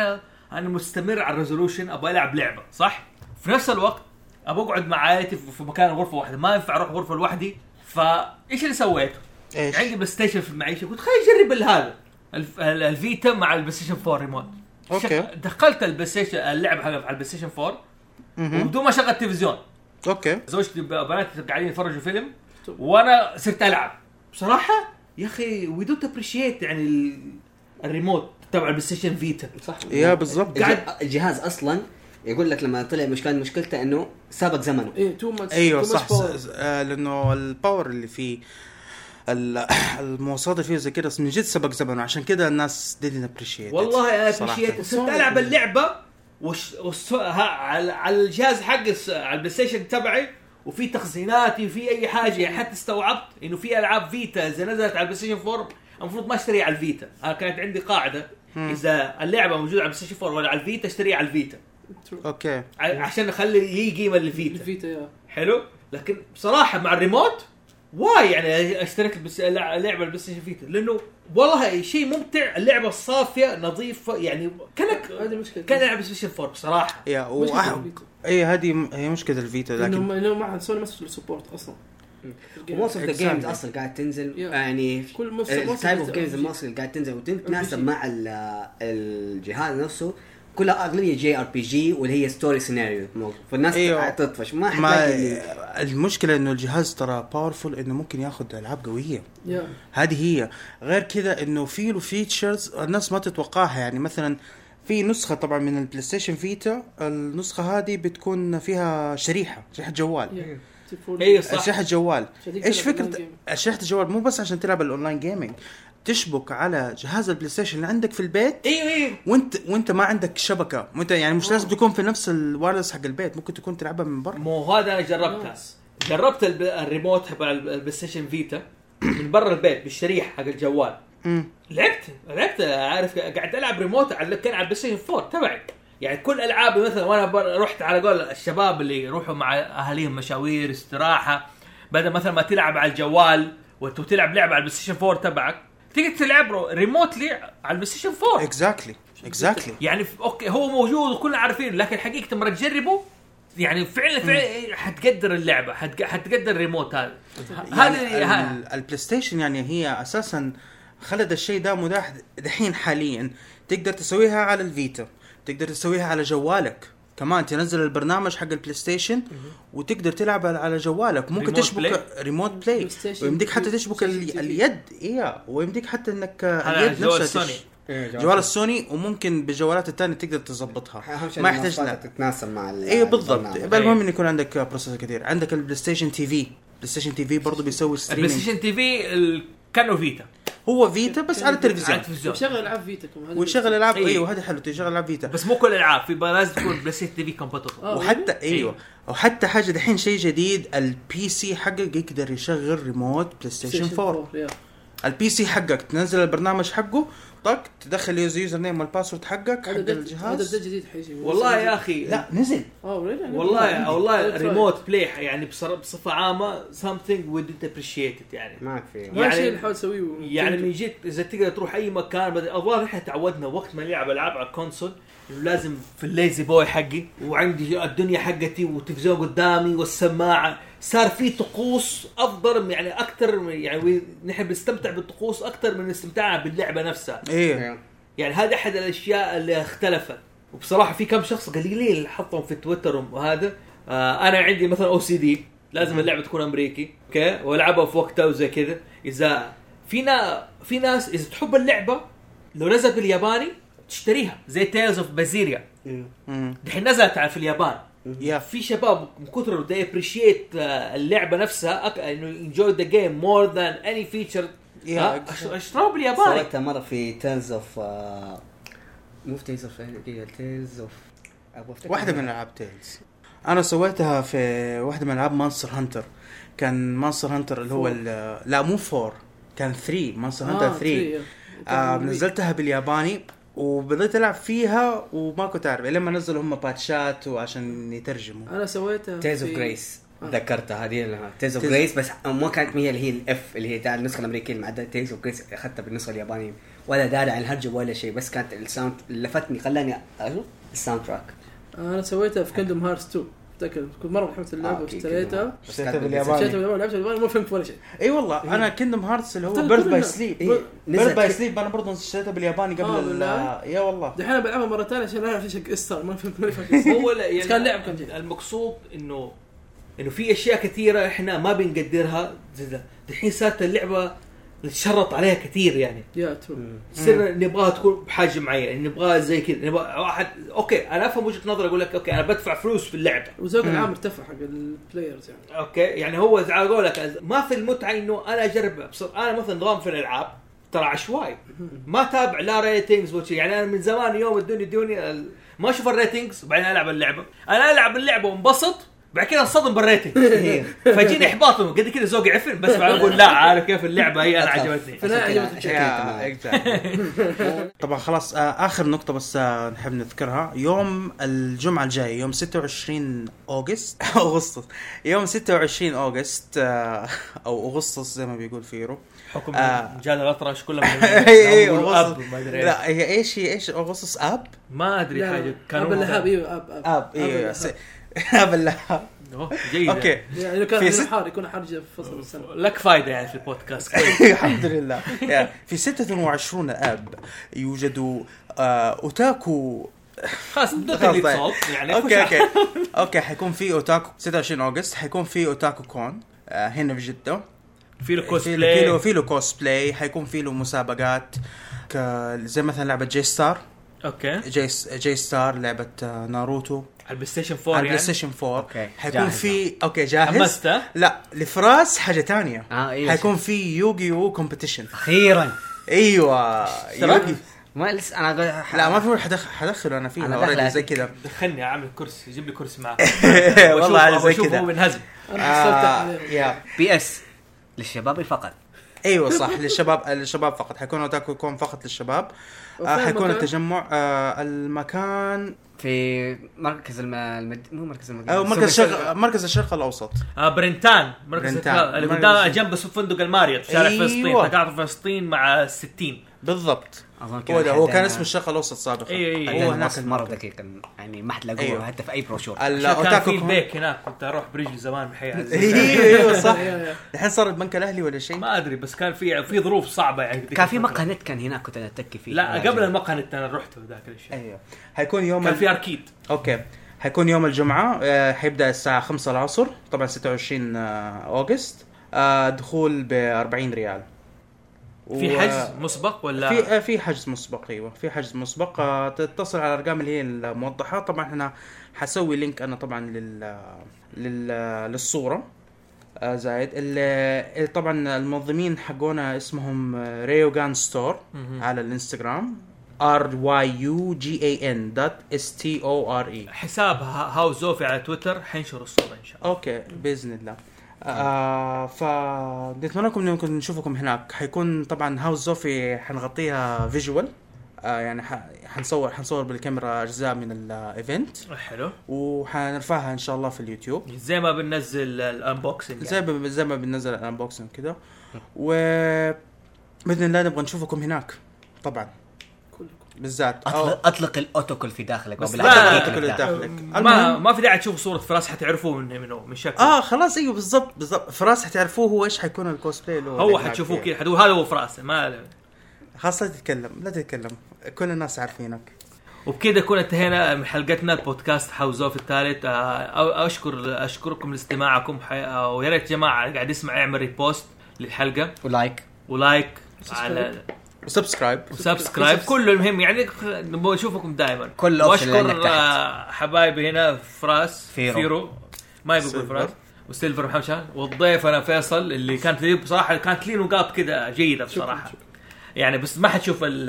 S1: انا مستمر على الريزولوشن ابغى العب لعبة صح؟ في نفس الوقت ابغى اقعد مع عائلتي في في مكان غرفة واحدة ما ينفع اروح غرفة لوحدي فايش اللي سويته؟
S4: ايش
S1: عندي بلاي ستيشن في المعيشه قلت خليني اجرب هذا الف- ال- الفيتا مع البلاي ستيشن 4 ريموت
S4: أوكي.
S1: شغ- دخلت البلاي ستيشن اللعبه حقها على البلاي ستيشن 4 وبدون ما اشغل التلفزيون
S4: اوكي
S1: زوجتي وبناتي قاعدين يتفرجوا فيلم وانا صرت العب بصراحه يا اخي وي دونت ابريشيت يعني ال- الريموت تبع البلاي ستيشن فيتا
S2: صح
S4: يا بالضبط
S1: قاعد-
S2: الجهاز اصلا يقول لك لما طلع مش كان مشكلته انه سابق زمنه
S5: ايه تو ماتش
S1: أيوة،
S4: ايوه صح س- آه، لانه الباور اللي فيه ال- المواصفات اللي فيه زي كده من جد سبق زمنه عشان كده الناس didn't appreciate it.
S1: والله انا
S4: صراحة.
S1: ابريشيت صرت العب اللعبه وش وش ها على على الجهاز حقي الس- على البلاي ستيشن تبعي وفي تخزيناتي وفي اي حاجه يعني حتى استوعبت انه في العاب فيتا اذا نزلت على البلاي ستيشن 4 المفروض ما اشتريها على الفيتا انا كانت عندي قاعده اذا اللعبه موجوده على البلاي ستيشن 4 ولا على الفيتا اشتريها على الفيتا
S4: اوكي
S1: ع- عشان اخلي لي قيمه للفيتا
S5: الفيتا يا
S1: حلو لكن بصراحه مع الريموت واي يعني اشتريت البس... لع- لعبه البلاي ستيشن فيتا لانه والله شيء ممتع اللعبه الصافيه نظيفه يعني كانك
S5: هذه مشكلة.
S1: كان لعب بلاي ستيشن 4 بصراحه
S4: يا
S5: مشكلة
S4: وأح-
S5: الفيتا.
S4: اي هذه م- هي مشكله الفيتا لكن
S5: انهم انهم ما سوني ما سووا سبورت اصلا
S2: موست اوف ذا
S4: Exactly.
S2: جيمز اصلا قاعد تنزل
S5: Yeah.
S2: يعني
S5: كل most- most
S2: التايب
S5: of
S2: اوف
S5: the
S2: جيمز
S5: RPG.
S2: المصري اللي قاعد تنزل وتتناسب مع ال- الجهاز نفسه كلها اغلبيه جي ار بي جي واللي هي ستوري سيناريو فالناس
S4: أيوه.
S2: قاعد تطفش ما
S4: ما
S2: حتلاقي
S4: المشكله انه الجهاز ترى باورفul انه ممكن ياخذ العاب قويه
S5: يا
S4: هذه هي غير كذا انه في له فيتشرز الناس ما تتوقعها يعني مثلا في نسخه طبعا من البلاي ستيشن فيتا النسخه هذه بتكون فيها شريحه شريحه جوال
S5: يا تليفون.
S1: ايوه صح
S4: شريحه جوال
S5: عشان تقدر
S4: ايش
S5: تلعب
S4: فكره
S5: أونلاين
S4: شريحه الجوال مو بس عشان تلعب الاونلاين جيمنج تشبك على جهاز البلاي ستيشن اللي عندك في البيت
S1: ايوه ايوه
S4: وانت وانت ما عندك شبكه وانت يعني مش لازم تكون في نفس الوايرلس حق البيت ممكن تكون تلعبها من برا
S1: مو هذا انا جربتها جربت الب... الريموت حق البلاي ستيشن فيتا من برا البيت بالشريحه حق الجوال
S4: مم.
S1: لعبت لعبت عارف قاعد العب ريموت على كان على البلاي ستيشن 4 تبعي يعني كل العابي مثلا وانا بر- رحت على قول الشباب اللي يروحوا مع اهاليهم مشاوير استراحه بدل مثلا ما تلعب على الجوال وانت تلعب لعبه على البلاي ستيشن 4 تبعك تقدر تلعبه ريموتلي على البلاي ستيشن 4
S4: اكزاكتلي اكزاكتلي
S1: يعني ف- اوكي هو موجود وكلنا عارفين لكن حقيقه لما تجربه يعني فعلا فعلا حتقدر اللعبه حتق- حتقدر الريموت هذا هذا ها-
S4: يعني البلاي ستيشن يعني هي اساسا خلد الشيء ده متاح دحين حاليا تقدر تسويها على الفيتا تقدر تسويها على جوالك كمان تنزل البرنامج حق البلاي ستيشن وتقدر تلعب على- على جوالك ممكن
S1: ريموت
S4: تشبك ريموت بلاي
S5: بلاي ستيشن
S4: ويمديك حتى
S5: بلاي
S4: تشبك
S5: ستيشن
S4: ال-
S5: تي في.
S4: اليد ايه ويمديك حتى انك
S1: على
S4: اليد
S1: جوال
S4: نفسها تش-
S1: سوني. إيه،
S4: جوال السوني وممكن بالجوالات الثانيه تقدر تظبطها ما يحتاج
S2: تتناسب مع ال-
S4: ايوه بالضبط
S2: البرنامج.
S4: بل المهم انه يكون عندك بروسيسور كثير عندك البلاي ستيشن تي في بلاي ستيشن تي في برضه بيسوي
S1: البلاي
S4: ستريمينج
S1: ستيشن تي في ال- كانوا فيتا
S4: هو فيتا بس على
S1: على
S4: التلفزيون
S1: التلفزيون
S5: وشغل العاب فيتا كمان هذا
S4: ويشغل العاب
S1: أيوة.
S4: ايوه هذا حلو تشغل العاب فيتا
S1: بس مو كل الالعاب في بقى لازم تكون بلاي ستيشن تي في كومباتبل
S5: آه.
S4: وحتى ايوه وحتى حاجه دحين شيء جديد البي سي حقك يقدر يشغل ريموت بلاي ستيشن 4
S5: يا.
S4: البي سي حقك تنزل البرنامج حقه طق تدخل اليوزر نيم والباسورد حقك حق
S5: هذا دل- هذا
S4: الجهاز
S5: ده جديد حيجي
S1: والله يا اخي
S4: لا نزل
S5: اه
S1: والله والله ريموت بلاي يعني بصر- بصفه عامه something we didn't appreciate it يعني
S2: معك في
S1: يعني-
S5: يعني الشيء اللي حاول اسويه
S1: يعني من جد اذا تقدر تروح اي مكان بدل الظاهر احنا تعودنا وقت ما نلعب العاب على الكونسول إنه لازم في الليزي بوي حقي وعندي الدنيا حقتي والتلفزيون قدامي والسماعه صار في طقوس افضل من- يعني اكثر من- يعني وي- نحن بنستمتع بالطقوس اكثر من استمتاعنا باللعبه نفسها
S2: إيه.
S4: ايه
S1: يعني هذه احد الاشياء اللي اختلفت وبصراحه في كم شخص قليلين اللي حطهم في تويتر وهذا آه انا عندي مثلا او سي دي لازم اللعبه تكون امريكي اوكي والعبها في وقتها وزي كذا اذا فينا في ناس اذا تحب اللعبه لو نزلت بالياباني تشتريها زي تيلز اوف بازيريا
S4: مم.
S1: دحين نزلت على- في اليابان
S4: يا
S1: في شباب من كثر they appreciate آه، اللعبه نفسها أك- انه enjoy the game more than any feature
S4: يا
S1: آه،
S4: أكس-
S1: اشتروها بالياباني
S2: سويتها مره في تيلز اوف مو في إيه، تيلز اوف تيلز اوف
S4: واحده من العاب تيلز انا سويتها في واحده من العاب مانستر هانتر كان مانستر هانتر اللي هو ال- لا مو 4 كان 3 مانستر هانتر 3 آه نزلتها بالياباني وبدأت العب فيها وما كنت اعرف لما نزلوا هم باتشات وعشان يترجموا
S5: انا سويتها
S2: تيلز اوف
S5: في-
S2: جريس
S5: آه.
S2: ذكرتها هذه تيلز اوف
S4: Tales-
S2: جريس بس ما كانت هي اللي هي الاف اللي هي تاع النسخه الامريكيه المعدله تيلز اوف جريس اخذتها بالنسخه اليابانيه ولا داري عن الهرجه ولا شيء بس كانت الساوند اللي لفتني خلاني اشوف الساوند تراك
S5: انا سويتها في كندوم هارس 2 افتكر كنت مره حملت اللعبه
S2: آه، أوكي،
S5: واشتريتها
S2: بس
S4: اشتريتها
S2: كانت
S4: بالياباني.
S5: اشتريتها بالياباني، لعبتها بالياباني ما فهمت ولا شيء
S4: اي والله انا كندم هارتس اللي هو
S5: طيب،
S4: بيرث
S5: كل
S4: باي
S5: الناس-
S4: سليب
S2: إيه،
S4: بيرث
S2: نزلت
S4: باي
S2: كي-
S4: سليب انا برضه اشتريتها بالياباني قبل
S5: آه،
S4: ال-
S5: بالله؟
S4: يا والله
S5: دحين أنا بلعبها مره ثانيه عشان اعرف ايش القصه ما فهمت ولا شيء
S1: هو لا يعني
S5: بس كان لعب كان جيد.
S1: المقصود انه انه في اشياء كثيره احنا ما بنقدرها زي ده. دحين صارت اللعبه نتشرط عليها كثير يعني
S5: يا ترو
S1: صرنا نبغاها تكون بحجم معين نبغاها زي كذا نبغى واحد اوكي انا افهم وجهه نظر اقول لك اوكي انا بدفع فلوس في اللعبه
S5: وذوق العام ارتفع حق البلايرز يعني
S1: اوكي يعني هو زي- اقول لك ما في المتعه انه انا اجرب بص- انا مثلا نظام في الالعاب ترى عشوائي ما تابع لا ريتنجز ولا شيء. يعني انا من زمان يوم الدنيا الدنيا ال- ما اشوف الريتنجز وبعدين العب اللعبه انا العب اللعبه وانبسط بعد كذا انصدم بالريتنج فيجيني احباط قد كذا ذوقي عفن بس بعدين اقول لا عارف كيف اللعبه هي انا عجبتني
S5: فلا عجبتك.
S2: عشان
S4: يا
S2: كذا
S4: exactly. طبعا خلاص آه، اخر نقطه بس آه، نحب نذكرها يوم الجمعه الجايه يوم 26 اوغست اغسطس يوم 26 اوغست آه، او اغسطس زي ما بيقول في يورو
S1: حكم
S4: آه.
S1: مجال الاطرش كلها
S4: إيه، إيه،
S1: اب
S4: أغسطس.
S1: ما ادري إيش.
S4: لا هي ايش هي ايش اغسطس اب
S1: ما ادري
S5: لا،
S1: حاجه
S5: اب اللهاب ايوه اب
S4: اب ايوه
S5: اللهاب.
S4: س- اب اللهاب
S1: أوه، جيد
S4: اوكي
S5: يعني لو كان
S4: في
S5: عندنا
S4: ست-
S5: حار يكون حار جاء في فصل السنه
S1: لك فايده يعني في البودكاست
S4: الحمد لله يا، في 26 اب يوجد آه، اوتاكو
S1: خلاص بدون
S4: خلاص
S1: تقليد
S4: طيب.
S1: صوت يعني
S4: اوكي
S1: خش على-
S4: اوكي اوكي حيكون في اوتاكو 26 اوغست حيكون في اوتاكو كون آه، هنا في جده
S1: في له
S4: في له في له-
S1: كوسبلاي
S4: في له كوسبلاي حيكون في له مسابقات ك- زي مثلا لعبه جي ستار
S1: اوكي على
S4: جي, جي ستار لعبه آه، ناروتو
S1: البلاي ستيشن 4
S4: على
S1: يعني
S4: البلاي ستيشن 4
S2: أوكي،
S4: حيكون
S2: جاهزة.
S4: في اوكي جاهز
S1: حمست ها؟
S4: لا لفراس حاجه ثانيه
S2: آه، أيوة.
S4: حيكون في يوغي او كومبيتيشن
S2: اخيرا
S4: ايوه يوغي
S2: ما لسه انا قا-
S4: لا ما في حدخل حدخله انا
S2: أنا
S4: فيها
S2: داخل
S4: already زي
S2: أكيد.
S4: كذا
S1: دخلني اعمل كرسي جيب لي كرسي معاه
S4: والله
S1: وأشوف-
S4: زي آه،
S1: وأشوف
S4: كذا
S1: هو منهزم
S5: انا حصلت
S4: آه،
S5: عليه
S4: يا
S2: بي اس للشباب فقط
S4: ايوه صح للشباب للشباب فقط حيكون اوتاكو يكون فقط للشباب آه
S5: وفين
S4: حيكون
S5: المكان؟
S4: التجمع آه المكان آه،
S2: في مركز الم... المد... مو مركز المدينه
S4: او مركز الشرق مركز الشرق الاوسط
S1: آه برنتان مركز
S4: برنتان.
S1: برنتان. اللي
S4: مركز-
S1: قدام جنب سوق فندق الماريوت في شارع
S4: أيوة.
S1: فلسطين تقاطع فلسطين مع 60
S4: بالضبط
S2: اظن كذا
S4: هو ده هو كان
S2: حدينا-
S4: اسمه الشرق الاوسط سابقا
S1: أي- أي- أي.
S4: هو
S2: حدينا
S4: هناك
S2: الوصف مره دقيق يعني ما حد لاقوه
S4: أيوه.
S2: حتى في اي بروشور
S1: عشان كان في
S4: الاوتاكو كون-
S1: البيك هناك كنت اروح برجلي زمان بحياتي
S4: ايوه ايوه صح
S5: أيوه، أيوه.
S4: الحين صار البنك الاهلي ولا شيء
S1: إيه، ما ادري بس كان في في ظروف صعبه يعني ذيك
S2: كان في
S1: الفترة.
S2: مقهى نت كان هناك كنت انا اتكي فيه
S1: لا قبل المقهى انت انا رحته ذاك الشيء
S4: ايوه حيكون يوم
S1: كان
S4: ال-
S1: في اركيد
S4: اوكي حيكون يوم الجمعة آه، حيبدأ الساعة 5 العصر طبعا 26 آه، اوغست آه، دخول ب 40 ريال
S1: في
S4: و-
S1: حجز مسبق ولا
S4: في آه، في حجز مسبق ايوه في حجز مسبق آه، تتصل على الارقام اللي هي الموضحة طبعا انا حسوي لينك انا طبعا لل لل للصورة آه، زايد اللي طبعا المنظمين حقونا اسمهم آه، ريوغان ستور
S1: مهم.
S4: على الانستغرام r y u g a n dot s t o r e
S1: حساب ها- هاو زوفي على تويتر حينشر الصوره ان شاء الله
S4: اوكي باذن الله آه فنتمنى لكم انكم نشوفكم هناك حيكون طبعا هاوس زوفي حنغطيها فيجوال آه يعني ح- حنصور حنصور بالكاميرا اجزاء من الايفنت
S1: حلو
S4: وحنرفعها ان شاء الله في اليوتيوب
S1: زي ما بننزل الانبوكسنج يعني.
S4: زي ما زي ما بننزل الانبوكسنج كده وباذن الله نبغى نشوفكم هناك طبعا بالذات
S2: اطلق, أطلق الاوتوكل في داخلك
S4: بس
S2: وبالعكس
S1: لا،
S2: أطلق
S1: أوتوكل
S4: اللي
S2: الداخل.
S4: داخلك
S1: ما ما في داعي تشوف صوره فراس حتعرفوه من من, من شكله
S4: اه خلاص ايوه بالضبط بالضبط فراس حتعرفوه هو ايش حيكون الكوسبلاي اللي
S1: هو
S4: هناك
S1: حتشوفوه
S4: فيه.
S1: كذا حتقول هذا هو فراس ما
S4: خلاص لا تتكلم لا تتكلم كل الناس عارفينك
S1: وبكذا نكون انتهينا من حلقتنا بودكاست هاوس اوف الثالث آه، أو- اشكر اشكركم لاستماعكم حي- آه، ويا ريت جماعه اللي قاعد يسمع يعمل ريبوست للحلقه
S2: ولايك
S1: ولايك على
S4: وسبسكرايب
S1: وسبسكرايب كله المهم يعني نبغى نشوفكم دائما
S2: كل option اللي عندك
S1: واشكر
S2: تحت.
S1: آه، حبايبي هنا فراس
S2: فيرو.
S1: فيرو ما يبقوا
S4: سيلفر.
S1: فراس وسيلفر محمد شان والضيف انا فيصل اللي كانت لي بصراحه كانت لي نقاط كذا جيده بصراحه يعني بس ما حتشوف ال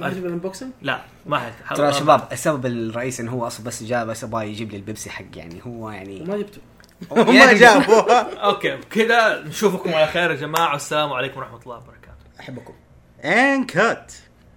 S5: ما عجب الانبوكسنج
S1: لا ما حت
S2: ترى شباب السبب الرئيسي انه هو اصلا بس جاء بس يبغى يجيب لي البيبسي حق يعني هو يعني
S5: وما جبته
S4: ما جابوها
S1: اوكي كذا نشوفكم على خير يا جماعه والسلام عليكم ورحمه الله وبركاته
S2: احبكم
S4: ان كات